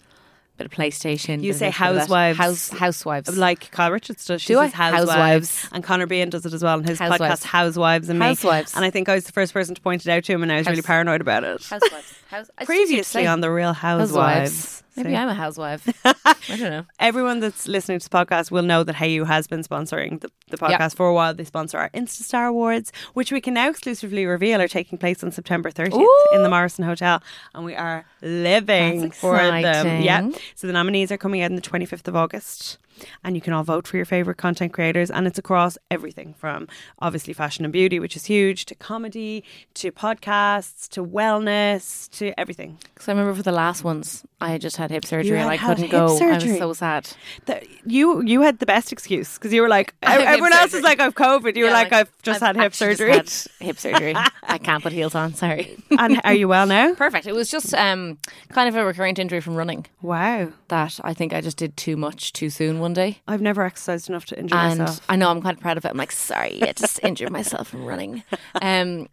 A: a bit of PlayStation.
B: You
A: bit of this, bit
B: say
A: of that.
B: housewives.
A: house housewives,
B: Like Kyle Richards does. She
A: Do I?
B: says housewives.
A: Housewives.
B: And Connor Bean does it as well in his
A: Housewives.
B: podcast Housewives and Me.
A: Housewives.
B: And I think I was the first person to point it out to him and I was really paranoid about it.
A: housewives. House, I just keep
B: Previously
A: saying
B: on The Real Housewives.
A: housewives. Maybe
B: See?
A: I'm a housewife. I don't know.
B: Everyone that's listening to the podcast will know that Hey You has been sponsoring the, the podcast
A: Yeah.
B: for a while. They sponsor our Instastar Awards, which we can now exclusively reveal are taking place on September 30th in the Morrison Hotel. And we are living
A: That's
B: for them.
A: exciting.
B: Yeah. So the nominees are coming out on the 25th of August. And you can all vote for your favourite content creators. And it's across everything from obviously fashion and beauty, which is huge, to comedy, to podcasts, to wellness, to everything.
A: Because I remember for the last ones, I had just had hip surgery
B: You
A: and I
B: had
A: couldn't
B: hip
A: go. I
B: surgery.
A: was so sad.
B: That you you had the best excuse because you were like
A: have hip
B: everyone else is
A: surgery.
B: like I've COVID. You were
A: Yeah,
B: like, I've just had hip
A: actually just
B: surgery.
A: had hip surgery. I can't put heels on. Sorry.
B: and are you well now?
A: Perfect. It was just um, kind of a recurrent injury from running
B: Wow,
A: that I think I just did too much too soon one day.
B: I've never exercised enough to injure
A: and
B: myself.
A: I know I'm kind of proud of it. I'm like, sorry, I just injured myself from running, um,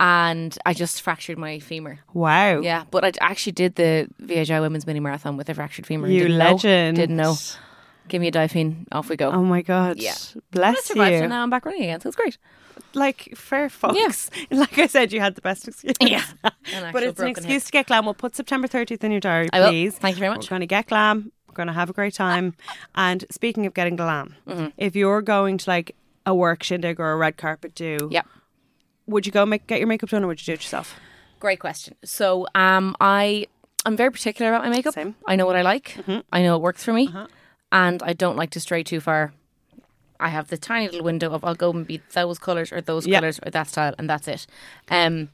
A: and I just fractured my femur.
B: Wow,
A: Yeah, but I actually did the VHI Women's Mini Marathon with a fractured femur.
B: you
A: Didn't know.
B: legend.
A: Didn't know. Give me a diphene. Off we go.
B: Oh my god.
A: Yeah. I
B: Bless
A: survived, and
B: you.
A: now I'm back running again. So it's great.
B: Like fair fox. Like I said, you had the best excuse.
A: Yeah.
B: but it's an excuse to get glam. We'll put September 30th in your diary,
A: I will.
B: please.
A: Thank you very
B: We're
A: much.
B: going to get glam. We're going to have a great time. And speaking of getting glam,
A: Mm-hmm.
B: if you're going to like a work shindig or a red carpet do,
A: Yeah.
B: would you go make get your makeup done or would you do it yourself?
A: Great question. So, um, I I'm very particular about my makeup.
B: Same. Mm-hmm. Uh-huh.
A: I know what I like. I know it works for me, and I don't like to stray too far. I have the tiny little window of I'll go and be those colors or those
B: Yeah.
A: colors or that style, and that's it. Um,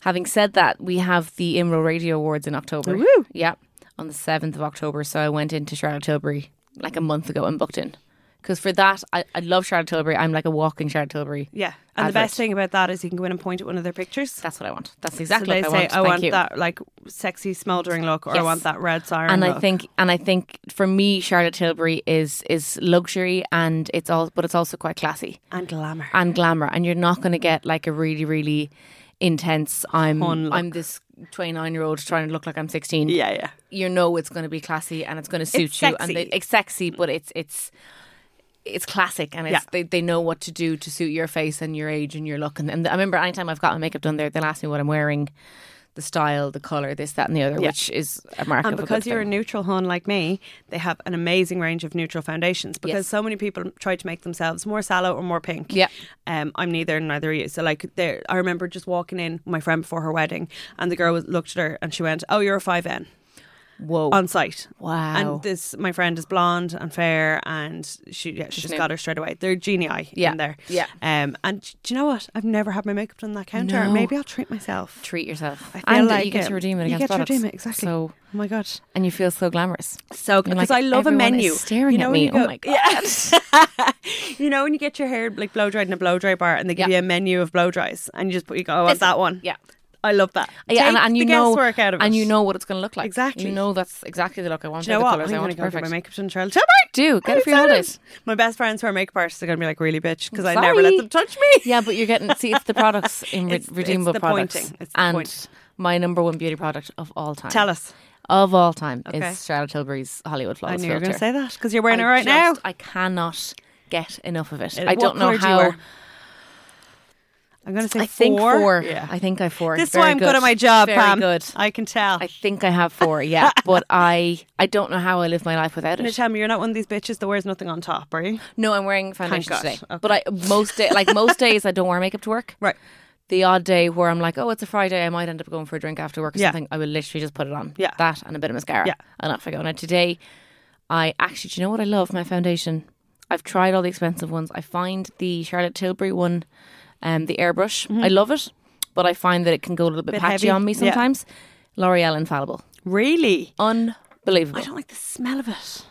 A: having said that, we have the Imro Radio Awards in October.
B: Woo.
A: Yeah, on the seventh of October. So I went into Charlotte Tilbury like a month ago and booked in. Because for that, I, I love Charlotte Tilbury. I'm like a walking Charlotte Tilbury.
B: Yeah. And the
A: Advert.
B: best thing about that is you can go in and point at one of their pictures.
A: That's what I want. That's
B: So
A: exactly what
B: they
A: I
B: say,
A: want.
B: I
A: Thank
B: want
A: you.
B: that like sexy smoldering look or I
A: Yes.
B: want that red siren
A: and
B: look.
A: I think and I think for me Charlotte Tilbury is is luxury and it's all but it's also quite classy
B: and glamour.
A: and glamour and you're not going to get like a really really intense I'm
B: Hun look.
A: I'm this 29 year old trying to look like I'm 16.
B: Yeah, yeah.
A: You know it's going to be classy and it's going to suit
B: It's
A: you and
B: sexy.
A: they, it's sexy, but it's it's it's classic and it's,
B: Yeah.
A: they they know what to do to suit your face and your age and your look. And, and I remember anytime I've got my makeup done there, they'll ask me what I'm wearing, the style, the color, this, that, and the other,
B: Yeah.
A: which is a mark
B: And
A: of
B: Um, because
A: a good
B: you're a
A: thing.
B: neutral hon like me, they have an amazing range of neutral foundations because
A: Yes.
B: so many people try to make themselves more sallow or more pink.
A: Yeah.
B: Um, I'm neither and neither are you. So like there I remember just walking in with my friend before her wedding and the girl was, looked at her and she went, Oh, you're a five N
A: Whoa.
B: on site.
A: wow.
B: And this my friend is blonde and fair and she yeah, she just
A: knew.
B: got her straight away. They're genii
A: Yeah.
B: in there.
A: Yeah.
B: Um and do you know what? I've never had my makeup done on that counter.
A: No.
B: Maybe I'll treat myself.
A: Treat yourself.
B: I feel
A: and
B: like
A: you get
B: it.
A: to redeem it
B: You
A: against
B: get to
A: products.
B: redeem it, exactly.
A: So,
B: Oh my god.
A: and you feel so glamorous.
B: So
A: You're like,
B: because I love a
A: "Everyone is
B: menu.
A: staring at
B: when
A: me.
B: you
A: Oh my God.
B: Yeah. you know when you get your hair like blow dried in a blow dry bar and they give
A: Yeah.
B: you a menu of blow dries and you just put you go, "Oh, I want
A: This-
B: that one.
A: yeah.
B: I love that.
A: Yeah, and,
B: Take
A: and you
B: the
A: know,
B: guesswork out of
A: and
B: it.
A: you know what it's going to look like.
B: Exactly.
A: You know that's exactly the look I want.
B: Do you know
A: the
B: what?
A: colors
B: I'm
A: I
B: gonna
A: want.
B: go
A: Perfect.
B: get my makeup done, Charlotte. Tupper!
A: Do get it for your holidays.
B: My best friends who are makeup artists are going to be like, really, bitch, because I never let
A: sorry.
B: them touch me.
A: Yeah, but you're getting see it's the products in re-
B: It's- it's
A: redeemable
B: the
A: products
B: pointing. It's the
A: and
B: point.
A: my number one beauty product of all time.
B: Tell us.
A: of all time
B: Okay.
A: is Charlotte Tilbury's Hollywood Flawless
B: I knew you were going
A: filter.
B: to say that because you're wearing it right
A: I
B: now.
A: just- I cannot get enough of it.
B: Uh,
A: I
B: what
A: don't know
B: colour do you
A: how.
B: wear? I'm going to say
A: I think
B: four.
A: four.
B: Yeah.
A: I think I have four.
B: this is
A: Very
B: why I'm good.
A: good
B: at my job,
A: Very
B: Pam.
A: good.
B: I can tell.
A: I think I have four. Yeah, but I I don't know how I live my life without
B: Now
A: it.
B: tell me, you're not one of these bitches that wears nothing on top, are you?
A: No, I'm wearing foundation
B: God.
A: today. But I most day like most days I don't wear makeup to work.
B: Right.
A: The odd day where I'm like, oh, it's a Friday, I might end up going for a drink after work or
B: Yeah.
A: something. I will literally just put it on.
B: Yeah.
A: That and a bit of mascara.
B: Yeah.
A: And off I go. Now today, I actually, do you know what I love? My foundation. I've tried all the expensive ones. I find the Charlotte Tilbury one, um, the airbrush. I love it, but I find that it can go a little bit,
B: Mm-hmm. Bit
A: patchy
B: heavy.
A: on me
B: Yeah.
A: sometimes. L'Oreal Infallible,
B: Really?
A: unbelievable.
B: I don't like the smell of it.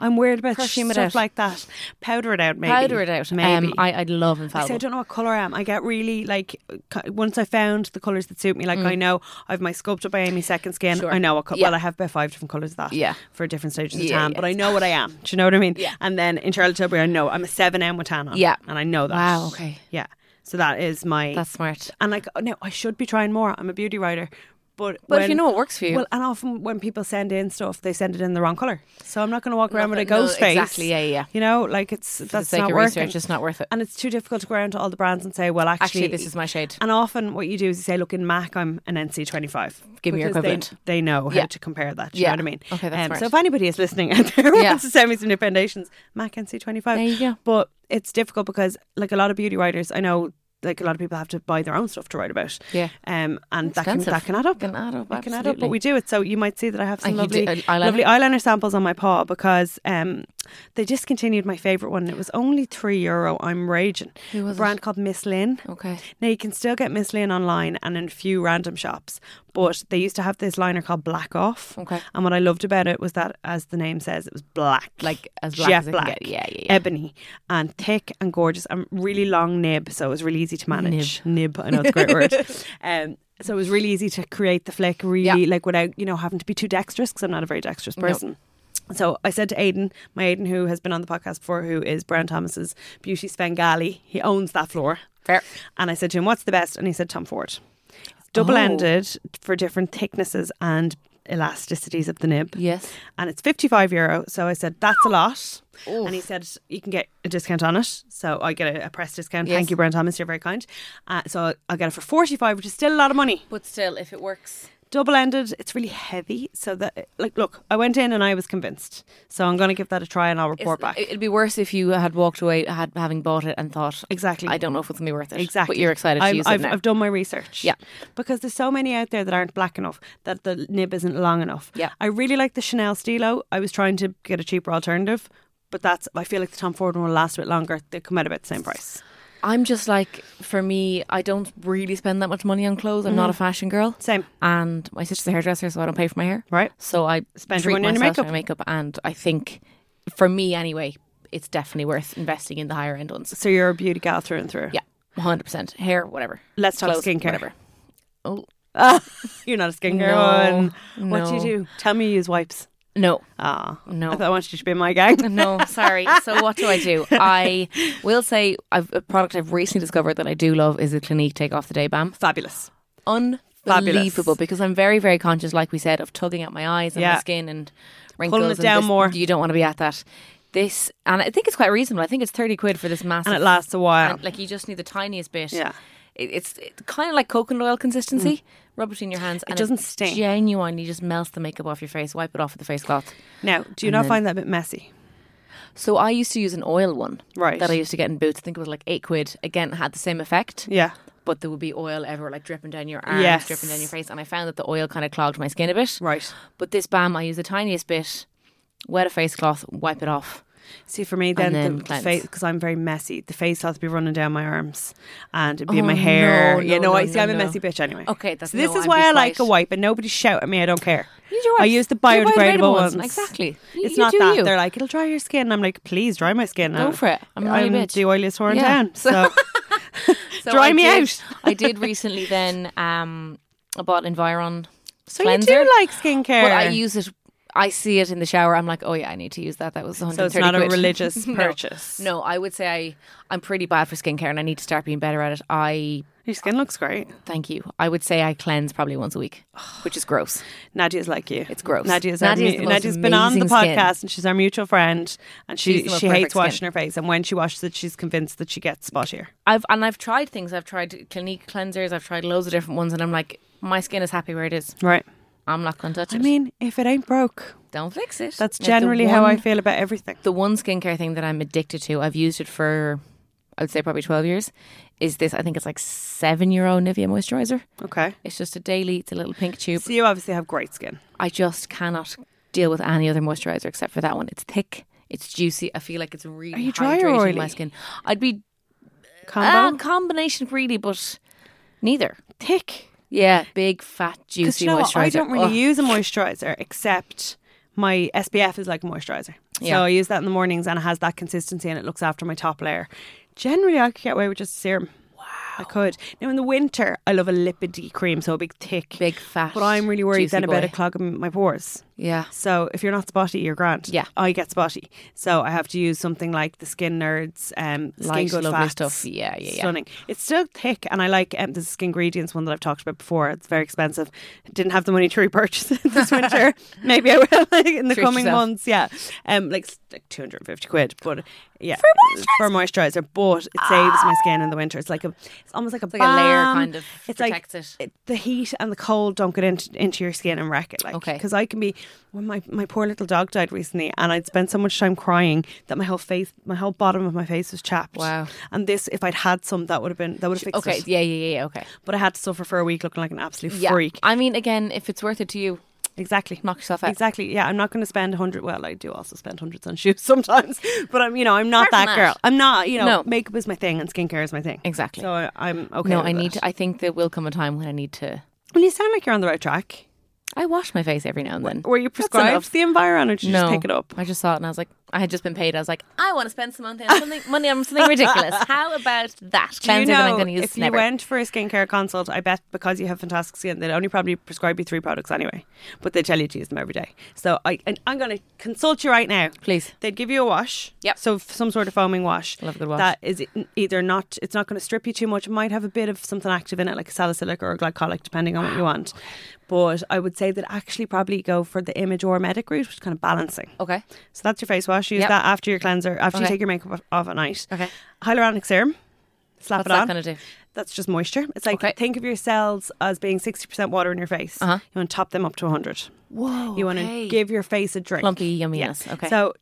B: I'm weird about
A: Perfume it
B: stuff
A: out.
B: like that. Powder it out, maybe.
A: Powder it out.
B: Maybe.
A: Um, I I love Infallible.
B: See, I don't know what colour I am. I get really like c- once I found the colours that suit me. Like I know I've my sculpted by Amy Second Skin. I know what co-
A: Mm. Yeah.
B: well I have about five different colours of that.
A: Yeah.
B: for different stages of
A: Yeah,
B: tan,
A: yeah.
B: but I know what I am. Do you know what I mean? Yeah. And then in Charlotte Tilbury, I know I'm a seven M with tan on.
A: Yeah.
B: and I know that.
A: Wow, okay.
B: Yeah. So that is my
A: That's smart.
B: and like oh, no, I should be trying more. I'm a beauty writer, but
A: But if
B: when-
A: you know what works for you.
B: Well, and often when people send in stuff, they send it in the wrong color. So I'm not going to walk around with a
A: gonna- oh, no,
B: ghost face.
A: exactly, yeah, yeah, yeah.
B: You know, like it's
A: For
B: that's
A: the sake
B: not
A: of
B: working.
A: research, it's not worth it.
B: and it's too difficult to go around to all the brands and say, well, actually,
A: Actually, this is my shade.
B: And often what you do is you say, look, in Mac, I'm an NC25.
A: Give me your
B: Because they-
A: equivalent.
B: They, know how
A: Yeah.
B: to compare that. Do you
A: Yeah.
B: know what I mean? Um,
A: Okay, that's smart.
B: So if anybody is listening out there who
A: Yeah.
B: wants to send me some new foundations, Mac NC25.
A: There you go.
B: But it's difficult because, like a lot of beauty writers, I know, like a lot of people have to buy their own stuff to write about.
A: Yeah.
B: Um, and that can,
A: Expensive.
B: that can add up.
A: Can add up,
B: It can add up, but
A: absolutely.
B: we do it. So you might see that I have some
A: And you do uh,
B: lovely,
A: eyeliner?
B: lovely eyeliner samples on my paw because um, they discontinued my favourite one. It was only three euro. I'm raging.
A: Who was
B: a brand called Miss Lynn.
A: Okay.
B: Now you can still get Miss Lynn online and in a few random shops, but they used to have this liner called Black Off.
A: Okay.
B: And what I loved about it was that, as the name says, it was black,
A: Like, as black
B: jet
A: as it can
B: black,
A: get. Yeah, yeah, yeah.
B: ebony, and thick and gorgeous, and really long nib, so it was really easy to manage. Nib, I know it's a great word. Um, so it was really easy to create the flick, really like without you know having to be too dexterous because I'm not a very dexterous person. So I said to Aiden, my Aiden who has been on the podcast before, who is Brian Thomas's beauty Svengali, he owns that floor.
A: Fair.
B: And I said to him, "What's the best?" And he said, "Tom Ford." Double ended for different thicknesses and elasticities of the nib.
A: Yes.
B: And it's 55 euro. So I said, that's a lot. And he said, you can get a discount on it. So I get a, a press discount.
A: Yes.
B: Thank you, Brian Thomas. You're very kind. Uh, so I'll get it for 45, which is still a lot of money.
A: But still, if it works.
B: Double ended. It's really heavy. So that, like, look, I went in and I was convinced. So I'm going to give that a try and I'll report back.
A: It'd be worse if you had walked away, had having bought it and thought,
B: Exactly.
A: I don't know if it's gonna be worth it.
B: Exactly.
A: But you're excited to
B: I'm-
A: use
B: I've,
A: it now.
B: I've done my research.
A: Yeah.
B: Because there's so many out there that aren't black enough, that the nib isn't long enough.
A: Yeah.
B: I really like the Chanel Stilo. I was trying to get a cheaper alternative, but that's I feel like the Tom Ford one will last a bit longer. They come out about the same price.
A: I'm just like, for me, I don't really spend that much money on clothes. I'm not a
B: Mm.
A: fashion girl.
B: Same.
A: And my sister's a hairdresser, so I don't pay for my hair.
B: Right.
A: So I
B: Spend
A: treat
B: your money on your
A: myself to my makeup, and I think, for me anyway, it's definitely worth investing in the higher end ones.
B: So you're a beauty gal through and through.
A: Yeah, 100 percent hair, whatever.
B: Let's talk
A: Clothes,
B: skincare.
A: whatever. Oh
B: You're not a skincare
A: No,
B: one. What do you
A: no.
B: do? Tell me you use wipes.
A: no,
B: Ah.
A: No.
B: I thought I wanted you to be in my gang.
A: Oh. no, sorry. So what do I do? I will say I've, a product I've recently discovered that I do love is the Clinique Take Off the Day Balm.
B: Fabulous.
A: Unfucking
B: Fabulous.
A: believable because I'm very, very conscious, like we said, of tugging at my eyes and
B: Yeah.
A: my skin and wrinkles.
B: it
A: and
B: down
A: this-
B: more.
A: You don't want to be at that. This and I think it's quite reasonable. I think it's thirty quid for this massive.
B: and it lasts a while.
A: and, like you just need the tiniest bit.
B: Yeah. Mm.
A: It, it's kind of like coconut oil consistency. Rub it in your hands. and
B: doesn't sting.
A: Genuinely, just melts the makeup off your face. Wipe it off with the face cloth.
B: now, do you not find that a bit messy?
A: So I used to use an oil one,
B: Right.
A: That I used to get in boots. I think it was like eight quid. Again, it had the same effect,
B: Yeah.
A: but there would be oil everywhere, like dripping down your arms,
B: Yes.
A: dripping down your face, and I found that the oil kind of clogged my skin a bit.
B: Right.
A: But this balm, I use the tiniest bit, wet a face cloth, wipe it off.
B: See, for me, then,
A: then
B: the,
A: cleanse.
B: face because I'm very messy. The face has to be running down my arms, and it'd be in
A: Oh,
B: my hair.
A: no,
B: you
A: no,
B: know,
A: no,
B: I see.
A: no,
B: I'm a
A: no.
B: messy bitch anyway.
A: Okay, that's-
B: so this
A: no,
B: is
A: I'd
B: why
A: be
B: I like a
A: quiet.
B: wipe, and nobody shout at me. I don't care.
A: Use your
B: I
A: wipes.
B: use the
A: Your
B: biodegradable ones.
A: ones. Exactly. You-
B: It's
A: you
B: not
A: do
B: that
A: you.
B: they're like it'll dry your skin. I'm like, please dry my skin.
A: Go
B: I'm-
A: for it. I'm a oily bitch.
B: the oiliest one
A: Yeah.
B: down. So
A: So
B: Dry
A: I
B: me
A: did-
B: out.
A: I did recently then um I bought Environ
B: so you
A: cleanser.
B: do like skincare.
A: but I use it I see it in the shower. I'm like, oh yeah, I need to use that. That was 130
B: so it's not a
A: quid.
B: religious
A: No.
B: purchase.
A: No, I would say I, I'm pretty bad for skincare and I need to start being better at it. I
B: Your skin looks great.
A: thank you. I would say I cleanse probably once a week, which is gross.
B: Nadia's like you.
A: It's gross.
B: Nadia's, our
A: Nadia's
B: mu-
A: the most
B: Nadia's been on the
A: amazing skin.
B: podcast and she's our mutual friend and
A: She's
B: she,
A: the most
B: she hates
A: perfect
B: washing
A: skin.
B: her face and when she washes it she's convinced that she gets spottier.
A: I've and I've tried things. I've tried Clinique cleansers. I've tried loads of different ones, and I'm like, my skin is happy where it is.
B: Right.
A: I'm not gonna touch
B: I
A: it.
B: mean, if it ain't broke,
A: Don't fix it.
B: that's
A: Like, the
B: generally how I
A: one-
B: feel about everything.
A: the one skincare thing that I'm addicted to, I've used it for, I would say probably 12 years, is this, I think it's like seven euro Nivea moisturizer.
B: Okay.
A: It's just a daily, it's a little pink tube.
B: So you obviously have great skin.
A: I just cannot deal with any other moisturizer except for that one. It's thick, it's juicy. I feel like it's really
B: you dry or
A: hydrating
B: oily?
A: my skin. I'd be a
B: Combo
A: combination really, but neither.
B: thick.
A: Yeah, big, fat,
B: Because
A: juicy
B: you know what?
A: moisturizer.
B: I don't really
A: Ugh.
B: use a moisturizer except my SPF is like a moisturizer.
A: Yeah.
B: So I use that in the mornings and it has that consistency and it looks after my top layer. Generally, I could get away with just a serum. Wow. I could. Now, in the winter, I love a lipidy cream, so a big, thick.
A: big, fat.
B: but I'm really worried
A: juicy
B: then about
A: boy.
B: it clogging my pores.
A: Yeah.
B: So if you're not spotty, you're grand.
A: Yeah.
B: I get spotty. So I have to use something like the Skin Nerds, um, Skin
A: Light,
B: Good
A: lovely
B: Fats.
A: stuff. Yeah, yeah, yeah.
B: Stunning. It's still thick, and I like um, the Skin Ingredients one that I've talked about before. It's very expensive. Didn't have the money to repurchase it this winter. Maybe I will like, in the
A: Treat
B: coming
A: yourself.
B: months. Yeah, um, like, s- like 250 quid, but yeah, for moisturizer. but it saves my skin in the winter. It's like a, it's almost like a
A: Like a layer
B: balm.
A: kind of
B: It's like
A: protects it.
B: it- the heat and the cold don't get into, into your skin and wreck it. Like,
A: Okay.
B: Because I can be, when my, my poor little dog died recently and I'd spent so much time crying that my whole face, my whole bottom of my face was chapped.
A: Wow.
B: And this, if I'd had some, that would have been, that would have fixed
A: Okay.
B: it.
A: Yeah, yeah, yeah, yeah. Okay.
B: But I had to suffer for a week looking like an absolute
A: Yeah.
B: freak.
A: I mean, again, if it's worth it to you,
B: Exactly.
A: knock yourself out.
B: Exactly. Yeah, I'm not going to spend hundred. Well, I do also spend hundreds on shoes sometimes, but I'm, you know, I'm not
A: Apart
B: that,
A: from that.
B: girl. I'm not, you know,
A: No.
B: makeup is my thing and skincare is my thing.
A: Exactly.
B: So I, I'm okay.
A: no,
B: with
A: I need.
B: It.
A: To, I think there will come a time when I need to.
B: Well, you sound like you're on the right track.
A: I wash my face every now and then.
B: Were you prescribed the environ, or did you
A: No,
B: just pick it up?
A: I just saw it and I was like, I had just been paid. I was like, I want to spend some money on something, money on something ridiculous. How about that
B: Do you
A: cleanser that I'm
B: know,
A: going to use
B: if
A: never?
B: you went for a skincare consult, I bet because you have fantastic skin, they'd only probably prescribe you three products anyway, but they tell you to use them every day. So I, and I'm going to consult you right now.
A: Please.
B: They'd give you a wash.
A: Yep.
B: So f- some sort of foaming wash.
A: Love a good wash.
B: That is e- either not, it's not going to strip you too much. It might have a bit of something active in it, like a salicylic or a glycolic, depending on what you want. But I would say that actually probably go for the image or medic route, which is kind of balancing.
A: Okay.
B: So that's your face wash. Use
A: Yep.
B: that after your cleanser, after you
A: Okay.
B: take your makeup off- off at night.
A: Okay.
B: Hyaluronic serum. Slap
A: What's
B: it on.
A: that going to do?
B: That's just moisture. It's like
A: Okay.
B: think of your cells as being 60% water in your face.
A: Uh-huh.
B: You want to top them up to 100.
A: Whoa.
B: You want to give your face a drink.
A: Plumpy yumminess. Okay.
B: So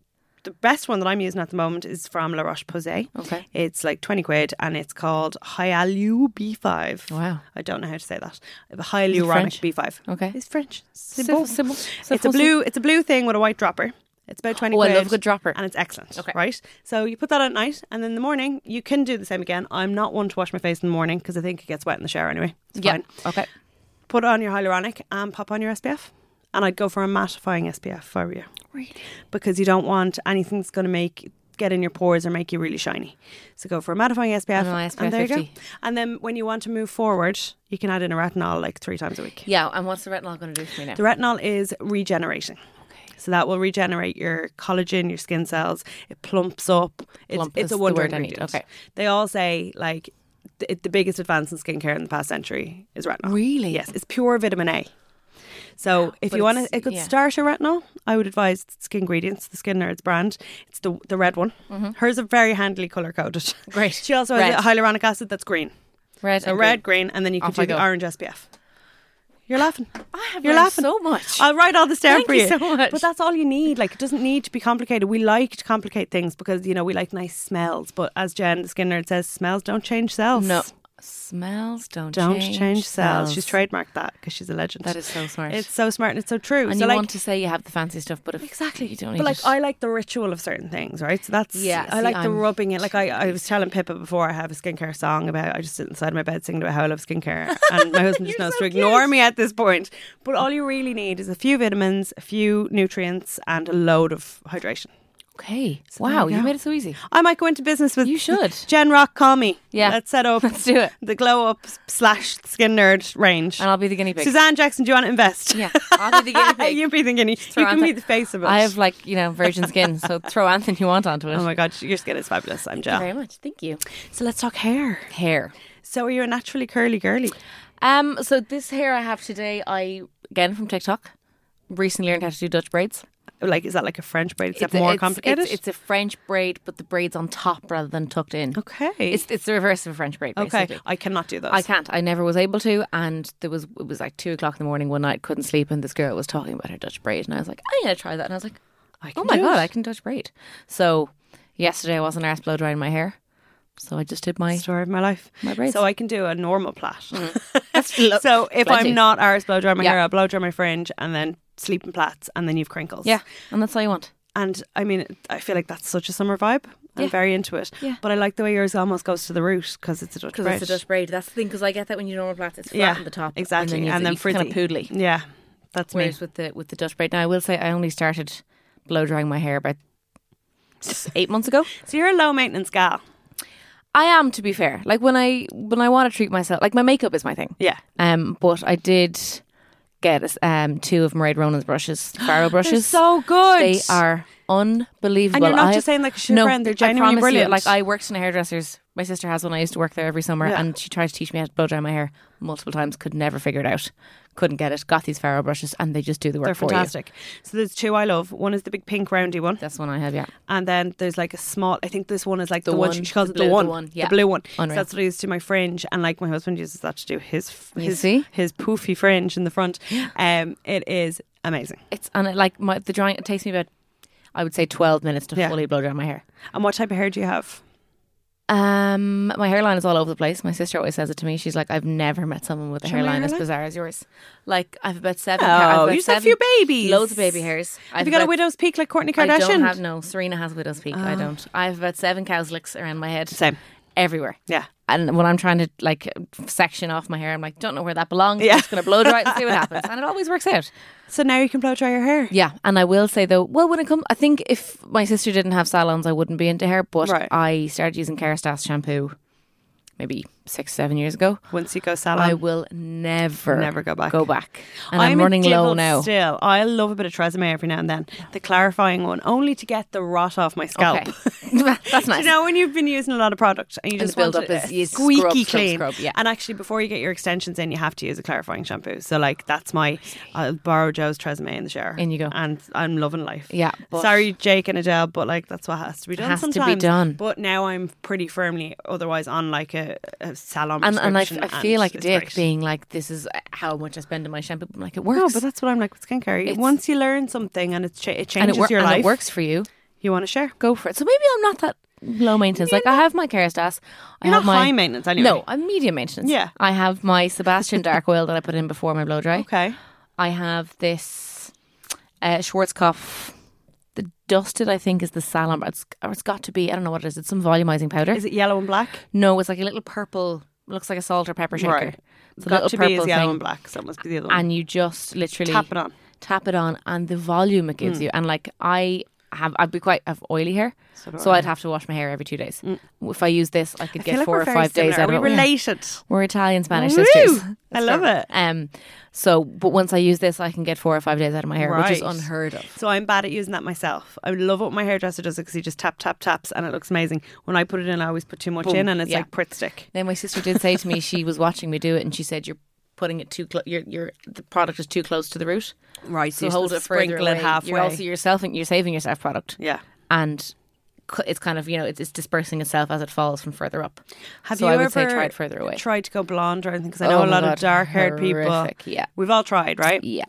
B: the best one that I'm using at the moment is from La Roche Posay.
A: Okay.
B: It's like 20 quid and it's called Hyalu B5.
A: Wow.
B: I don't know how to say that. Hyaluronic
A: French?
B: B5.
A: Okay.
B: It's French.
A: Simple, simple,
B: Simple. It's a
A: simple,
B: blue. It's a blue thing with a white dropper. It's about twenty.
A: Oh, I
B: quid,
A: love a good dropper.
B: and it's excellent.
A: Okay.
B: right. So you put that at night, and then in the morning you can do the same again. I'm not one to wash my face in the morning because I think it gets wet in the shower anyway. It's
A: Yeah.
B: fine.
A: Okay.
B: Put on your hyaluronic and pop on your SPF, and I'd go for a mattifying SPF for you
A: Really?
B: because you don't want anything that's going to make get in your pores or make you really shiny. So go for a mattifying SPF,
A: And an SPF
B: there you go.
A: 50.
B: And then when you want to move forward, you can add in a retinol like three times a week.
A: Yeah. And what's the retinol going to do for me now?
B: The retinol is regenerating. So that will regenerate your collagen, your skin cells. It plumps up. It's,
A: Plump
B: it's
A: is
B: a
A: the
B: wonder
A: word I need.
B: ingredient.
A: Okay.
B: They all say like the, the biggest advance in skincare in the past century is retinol.
A: Really?
B: Yes, it's pure vitamin A. So if
A: But
B: you want
A: it's-
B: a, a good
A: yeah.
B: starter retinol, I would advise Skin Ingredients, the Skin Nerds brand. It's the the red one. Hers are very handily color coded.
A: Great.
B: She also has
A: Mm-hmm. Red.
B: a hyaluronic acid that's green.
A: Red.
B: So
A: and
B: red, green, and then you can
A: Off
B: do
A: I
B: the
A: go.
B: orange SPF. You're laughing.
A: I have
B: You're
A: learned
B: laughing.
A: so much.
B: I'll write all this down
A: Thank
B: for
A: you
B: you.
A: so much.
B: But that's all you need. Like it doesn't need to be complicated. We like to complicate things because you know we like nice smells. But as Jen the skin nerd says, smells don't change selves.
A: no. Smells don't
B: don't
A: change,
B: change, cells. She's trademarked that because she's a legend.
A: That is so smart.
B: It's so smart and it's so true.
A: and
B: so
A: you
B: like
A: want to say you have the fancy stuff, but if exactly you don't need
B: But like
A: it.
B: I like the ritual of certain things, right? So that's
A: Yeah,
B: I
A: see,
B: like the
A: I'm-
B: rubbing it. Like I, I was telling Pippa before I have a skincare song about I just sit inside my bed singing about how I love skincare. And my husband just
A: You're
B: knows
A: so
B: to
A: cute.
B: ignore me at this point. But all you really need is a few vitamins, a few nutrients and a load of hydration.
A: okay.
B: there
A: wow,
B: you
A: you
B: go.
A: made it so easy.
B: I might go into business with
A: You should.
B: Jen Rock, call me.
A: Yeah.
B: Let's set up
A: Let's do it.
B: the glow up slash skin nerd range.
A: And I'll be the guinea pig.
B: Suzanne Jackson, do you want to invest?
A: Yeah, I'll be the guinea pig.
B: You'd be thinking you can
A: Anthony-
B: be the face of it.
A: I have like you know virgin skin, so throw anything you want onto it.
B: Oh my god, your skin is fabulous. I'm
A: Thank you
B: Jen.
A: very much. Thank you.
B: So let's talk hair.
A: Hair.
B: So you're a naturally curly girly.
A: Um. So this hair I have today, I again from TikTok. Recently learned how to do Dutch braids.
B: Like, is that like a French braid except more complicated?
A: It's, it's a French braid, but the braids on top rather than tucked in.
B: okay.
A: It's it's the reverse of a French braid.
B: okay.
A: Basically.
B: I cannot do those.
A: I can't. I never was able to, and there was it was like two o'clock in the morning one night. Couldn't sleep, and this girl was talking about her Dutch braid, and I was like, I'm gonna try that, and I was like, Oh
B: can
A: my
B: do
A: god,
B: it.
A: I can Dutch braid. So yesterday I wasn't arse blow drying my hair, so I just did my.
B: Story of my life. My
A: braids.
B: So I can do a normal plait.
A: Mm. lo-
B: so if
A: plenty.
B: I'm not Irish blow dry my
A: Yeah.
B: hair, I blow dry my fringe and then sleep in plaits and then you've crinkles.
A: Yeah, and that's all you want.
B: And I mean, I feel like that's such a summer vibe. I'm
A: Yeah.
B: very into it.
A: Yeah.
B: But I like the way yours almost goes to the root because it's a Dutch braid.
A: Because it's a Dutch braid. That's the thing. Because I get that when you normal plats, it's flat
B: yeah,
A: on the top,
B: Exactly.
A: and then,
B: and then frizzy.
A: kind of poodly.
B: Yeah. That's me.
A: Whereas with the with the Dutch braid, now I will say I only started blow drying my hair about s- eight months ago.
B: So you're a low maintenance gal.
A: I am, to be fair. Like when I when I want to treat myself, like my makeup is my thing.
B: Yeah.
A: Um, but I did get um two of Mairead Ronan's brushes, Faro brushes.
B: so good.
A: They are unbelievable.
B: And you're not
A: I-
B: just saying like a shoe
A: no,
B: brand, they're
A: I
B: genuinely
A: promise you,
B: brilliant.
A: like I worked in a hairdresser's. My sister has one. I used to work there every summer,
B: Yeah.
A: and she tried to teach me how to blow dry my hair multiple times. Could never figure it out. Couldn't get it. Got these Faro brushes, and they just do the work
B: They're
A: for
B: fantastic. So there's two I love. One is the big pink roundy one,
A: you. That's one I have. Yeah,
B: and then there's like a small. I think this one is like the,
A: The
B: one,
A: one,
B: she calls
A: the
B: it the
A: blue- the
B: one,
A: one, yeah.
B: the blue one. So
A: Unreal.
B: that's what I use to my fringe, and like my husband uses that to do his f-
A: You
B: his
A: see?
B: his poofy fringe in the front. Um, it is amazing.
A: it's and it, like my the drying. It takes me about, I would say, twelve minutes to
B: Yeah.
A: fully blow dry my hair.
B: And what type of hair do you have?
A: Um, my hairline is all over the place. My sister always says it to me. She's like, "I've never met someone with a
B: me your
A: hairline as
B: hairline.
A: bizarre as yours." Like, I've about seven. hair- I've about
B: you just have a
A: seven-
B: few babies.
A: loads of baby hairs.
B: Have
A: I've
B: you got a
A: about-
B: widow's peak like Courtney
A: I
B: Kardashian?
A: don't have no. Serena has widow's peak.
B: Oh.
A: I don't. I have about seven cowslicks around my head.
B: Same.
A: everywhere.
B: Yeah.
A: And when I'm trying to like section off my hair, I'm like, don't know where that belongs.
B: Yeah.
A: I'm just gonna blow dry it and see what happens. And it always works out.
B: So now you can blow dry your hair.
A: Yeah. And I will say though, well, when it comes, I think if my sister didn't have salons, I wouldn't be into hair. But
B: Right.
A: I started using Kerastase shampoo, maybe six, seven years ago.
B: Once you go salon,
A: I will never,
B: Um, Never go back.
A: Go back. And I'm,
B: a
A: running low
B: divil
A: now.
B: Still, I love a bit of Tresemme every now and then. The clarifying one, only to get the rot off my scalp.
A: Okay. That's nice.
B: You know when you've been using a lot of product and you just
A: the
B: want
A: build-up
B: it
A: is- you
B: squeaky
A: scrub, scrub,
B: clean.
A: scrub, yeah.
B: And actually, before you get your extensions in, you have to use a clarifying shampoo. So like that's my. I'll borrow Joe's Tresemme in the shower.
A: In you go.
B: And I'm loving life.
A: Yeah, but-
B: Sorry, Jake and Adele, but like that's what has to be done.
A: Has to be
B: sometimes.
A: done.
B: But now I'm pretty firmly, otherwise on like a, a salon.
A: and, and I, f-
B: prescription
A: I feel like a
B: it's
A: dick
B: great.
A: being like, this is how much I spend on my shampoo. But I'm like, it works.
B: No, but that's what I'm like with skincare. Once you learn something and it's cha- it
A: and
B: changes
A: it, wor-
B: your
A: and
B: life,
A: it works for you.
B: You want to share?
A: Go for it. So maybe I'm not that low maintenance. like I have my Kerastase. I
B: You're
A: have
B: not
A: my
B: high maintenance anyway.
A: No, I'm medium maintenance.
B: Yeah.
A: I have my Sebastian Dark Oil that I put in before my blow dry.
B: Okay.
A: I have this uh, Schwarzkopf. The dusted, I think, is the salon. but It's, or it's got to be. I don't know what it is. It's some volumizing powder.
B: Is it yellow and black?
A: no, it's like a little purple. Looks like a salt or pepper shaker.
B: Right.
A: It's a
B: Got
A: little
B: to
A: purple
B: be is yellow
A: thing.
B: and black. So it must be the other one.
A: and you just literally
B: Tap it on. Mm.
A: tap it on, and the volume it gives you, and like I have I'd be quite have oily hair,
B: So do
A: so
B: I. Mm.
A: I'd have to wash my hair every two days. If I use this, I could
B: I feel
A: get
B: like
A: four
B: we're
A: or
B: very
A: five days
B: similar.
A: out of
B: Are
A: it.
B: we
A: Yeah.
B: related?
A: We're Italian Spanish
B: Woo!
A: sisters.
B: I love it.
A: Um, so, but once I use this, I can get four or five days out of my hair, which is
B: Right.
A: unheard of.
B: So I'm bad at using that myself. I love what my hairdresser does because he just tap tap taps and it looks amazing. When I put it in, I always put too much in and it's
A: Yeah.
B: like Pritt stick.
A: Now, my sister did say to me she was watching me do it, and she said, "You're putting it too close. Your your the product is too close to the root.
B: Right,
A: So hold it further
B: sprinkle
A: away.
B: it halfway.
A: You're also yourself, and you're saving yourself product,
B: yeah.
A: and." cu- It's kind of you know it's, it's dispersing itself as it falls from further up.
B: Have
A: so
B: you
A: I would
B: ever
A: say tried further away.
B: Tried to go blonde or anything because I know
A: Oh
B: a
A: my
B: lot of
A: God,
B: dark haired people.
A: horrific, yeah.
B: We've all tried, right?
A: Yeah.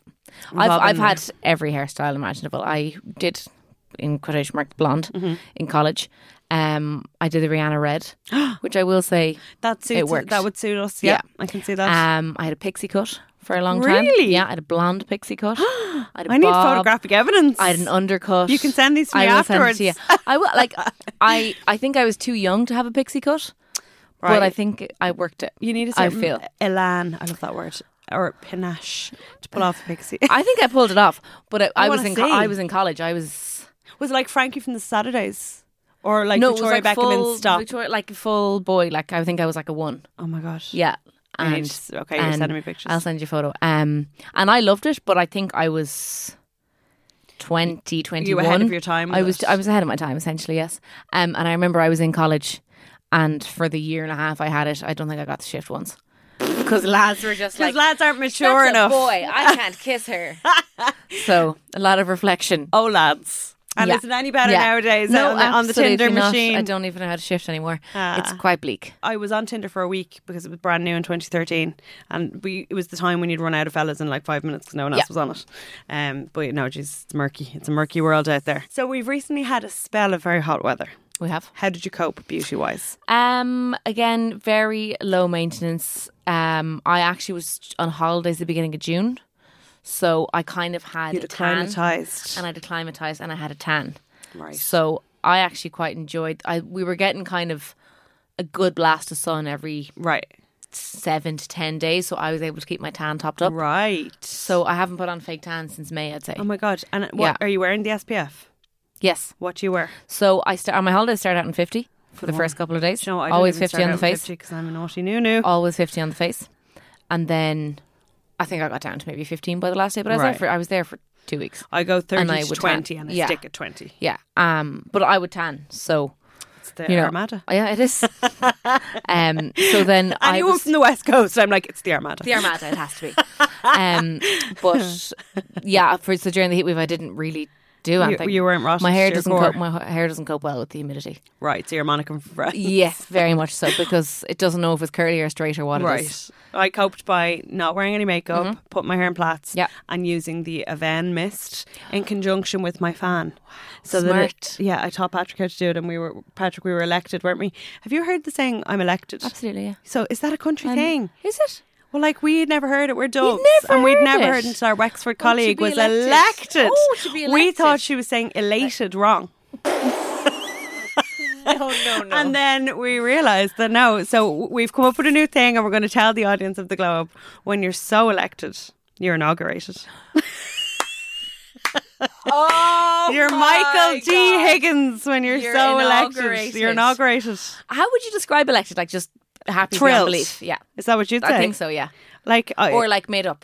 B: We've
A: I've,
B: all been
A: I've had every hairstyle imaginable. I did, in quotation mark, blonde
B: Mm-hmm.
A: in college. Um, I did the Rihanna red, which I will say,
B: That suits.
A: works.
B: That would suit us. Yeah,
A: Yeah.
B: I can see that.
A: um, I had a pixie cut for a long time.
B: Really?
A: Yeah, I had a blonde pixie cut. I had a
B: I need
A: bob.
B: photographic evidence.
A: I had an undercut.
B: You can send these to me
A: I will send it to
B: afterwards.
A: you. I will, like, I, I think I was too young to have a pixie cut,
B: Right.
A: but I think I worked it.
B: You need a
A: I
B: certain
A: feel.
B: elan. I love that word or panache to pull off the pixie.
A: I think I pulled it off, but I, I, was
B: wanna
A: in co-
B: see.
A: I was in college. I was
B: was it like Frankie from the Saturdays or like
A: no,
B: Victoria
A: it was like
B: Beckham
A: full,
B: and stuff?
A: Victoria, like full boy. Like I think I was like a one.
B: oh my gosh!
A: Yeah.
B: I need
A: And
B: to s- okay, you're
A: and
B: sending me pictures.
A: I'll send you a photo. Um, and I loved it, but I think I was 20, 21.
B: you were ahead of your time. with
A: I was
B: it.
A: I was ahead of my time essentially, yes. Um, and I remember I was in college, and for the year and a half I had it, I don't think I got the shift once because lads were just
B: 'Cause
A: like,
B: lads aren't
A: "That's
B: mature
A: a
B: enough.
A: boy, I can't kiss her. so a lot of reflection.
B: Oh, lads! And
A: Yeah.
B: is it any better
A: Yeah.
B: nowadays on, the, on the
A: absolutely
B: Tinder
A: not.
B: machine?
A: I don't even know how to shift anymore. It's
B: Ah.
A: quite bleak.
B: I was on Tinder for a week because it was brand new in 2013, and we it was the time when you'd run out of fellas in like five minutes because no one else
A: Yeah.
B: was on it. Um, but you know, geez, it's murky. It's a murky world out there. So we've recently had a spell of very hot weather.
A: We have.
B: How did you cope beauty wise?
A: Um, again, very low maintenance. Um, I actually was on holidays the beginning of June, so I kind of had
B: You'd
A: a tan
B: acclimatized.
A: and I'd acclimatized and I had a tan.
B: Right.
A: So I actually quite enjoyed. I we were getting kind of a good blast of sun every
B: Right.
A: seven to ten days, so I was able to keep my tan topped up.
B: Right.
A: So I haven't put on fake tan since May, I'd say.
B: Oh my god. And what
A: Yeah.
B: are you wearing the SPF?
A: yes.
B: What do you wear?
A: So I start on my holidays start out in fifty for the first couple of days.
B: Do you know what? I don't
A: always
B: even
A: fifty
B: start
A: on
B: out
A: the
B: with
A: face.
B: 50 because I'm a naughty nunu.
A: Always fifty on the face, and then I think I got down to maybe fifteen by the last day. But I was
B: Right.
A: there for I was there for two weeks.
B: I go 30
A: And I
B: to
A: would
B: 20
A: tan.
B: and I
A: Yeah.
B: stick at 20.
A: Yeah. Um. But I would tan. So
B: It's the
A: you know. Oh,
B: Armada.
A: Yeah, it is. um. So then I
B: Anyone
A: was
B: from the West Coast, I'm like, it's the Armada.
A: the Armada. It has to be. Um. But yeah, for so during the heat wave, I didn't really do
B: you,
A: anything.
B: you weren't rotten.
A: my
B: to
A: hair
B: your
A: doesn't
B: core.
A: cope. My hair doesn't cope well with the humidity.
B: Right, so you're Monica from France.
A: Yes, very much so because it doesn't know if it's curly or straight or what it is.
B: Right. I coped by not wearing any makeup, put my hair in plaits,
A: Mm-hmm. Yeah.
B: and using the Aven mist in conjunction with my fan. So that it,
A: Smart.
B: yeah, I taught Patrick how to do it, and we were Patrick. We were elected, weren't we? Have you heard the saying "I'm elected"?
A: Absolutely. Yeah.
B: So is that a country thing?
A: Is it?
B: Well, like we had never heard it. We're dogs,
A: never
B: and we'd
A: heard
B: never
A: it.
B: heard until our Wexford
A: Oh, to
B: colleague
A: be
B: was
A: elected.
B: elected.
A: Oh, to be
B: We
A: elected.
B: thought she was saying elated wrong.
A: No, Oh, no, no.
B: And then we realised that no. So we've come up with a new thing, and we're going to tell the audience of the Globe when you're so elected, you're inaugurated.
A: oh,
B: you're Michael D. Higgins when you're,
A: You're
B: so elected.
A: inaugurated.
B: You're inaugurated.
A: How would you describe elected? Like just happy
B: Thrilled.
A: beyond belief? Yeah,
B: Is that what you'd say?
A: I think so. Yeah,
B: Like, I,
A: or like made up,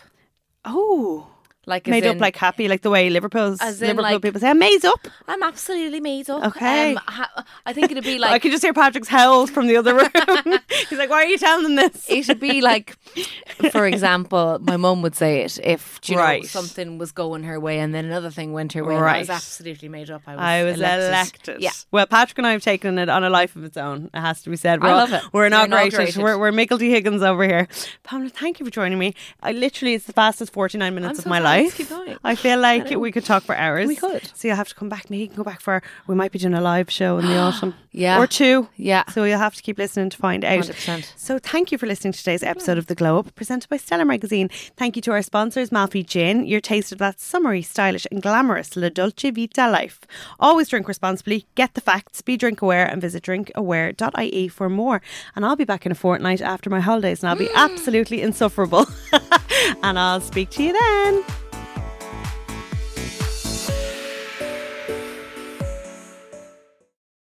B: oh,
A: like as
B: made up
A: in,
B: like happy, like the way Liverpool's
A: As in,
B: Liverpool
A: like-
B: people say, "Maze up."
A: I'm absolutely made up.
B: Okay.
A: um, ha- I think it'd be
B: I
A: like
B: could just hear Patrick's howls from the other room. He's like, "Why are you telling them this?"
A: it'd be like, for example, my mum would say it if do you
B: Right.
A: know something was going her way and then another thing went her way. and
B: Right.
A: that was absolutely made up. I was,
B: I was elected.
A: Yeah,
B: Well, Patrick and I have taken it on a life of its own. It has to be said. We're
A: I
B: all-
A: love it.
B: We're
A: You're
B: inaugurated.
A: inaugurated.
B: We're, we're Michael D. Higgins over here. Pamela, thank you for joining me. I literally, it's the fastest 49 minutes
A: I'm
B: of
A: so
B: my
A: sorry.
B: life.
A: Let's keep going.
B: I feel like we could talk for hours.
A: We could.
B: So you'll have to come back. and you can go back for, we might be doing a live show in the autumn.
A: Yeah.
B: Or two.
A: yeah.
B: So you'll have to keep listening to find out.
A: 100%.
B: So thank you for listening to today's episode of The Glow Up, presented by Stellar Magazine. Thank you to our sponsors, Malfi Gin, your taste of that summery, stylish and glamorous La Dolce Vita life. Always drink responsibly, get the facts, be drink aware and visit drinkaware.ie E for more. And I'll be back in a fortnight after my holidays and I'll be absolutely insufferable. and I'll speak to you then.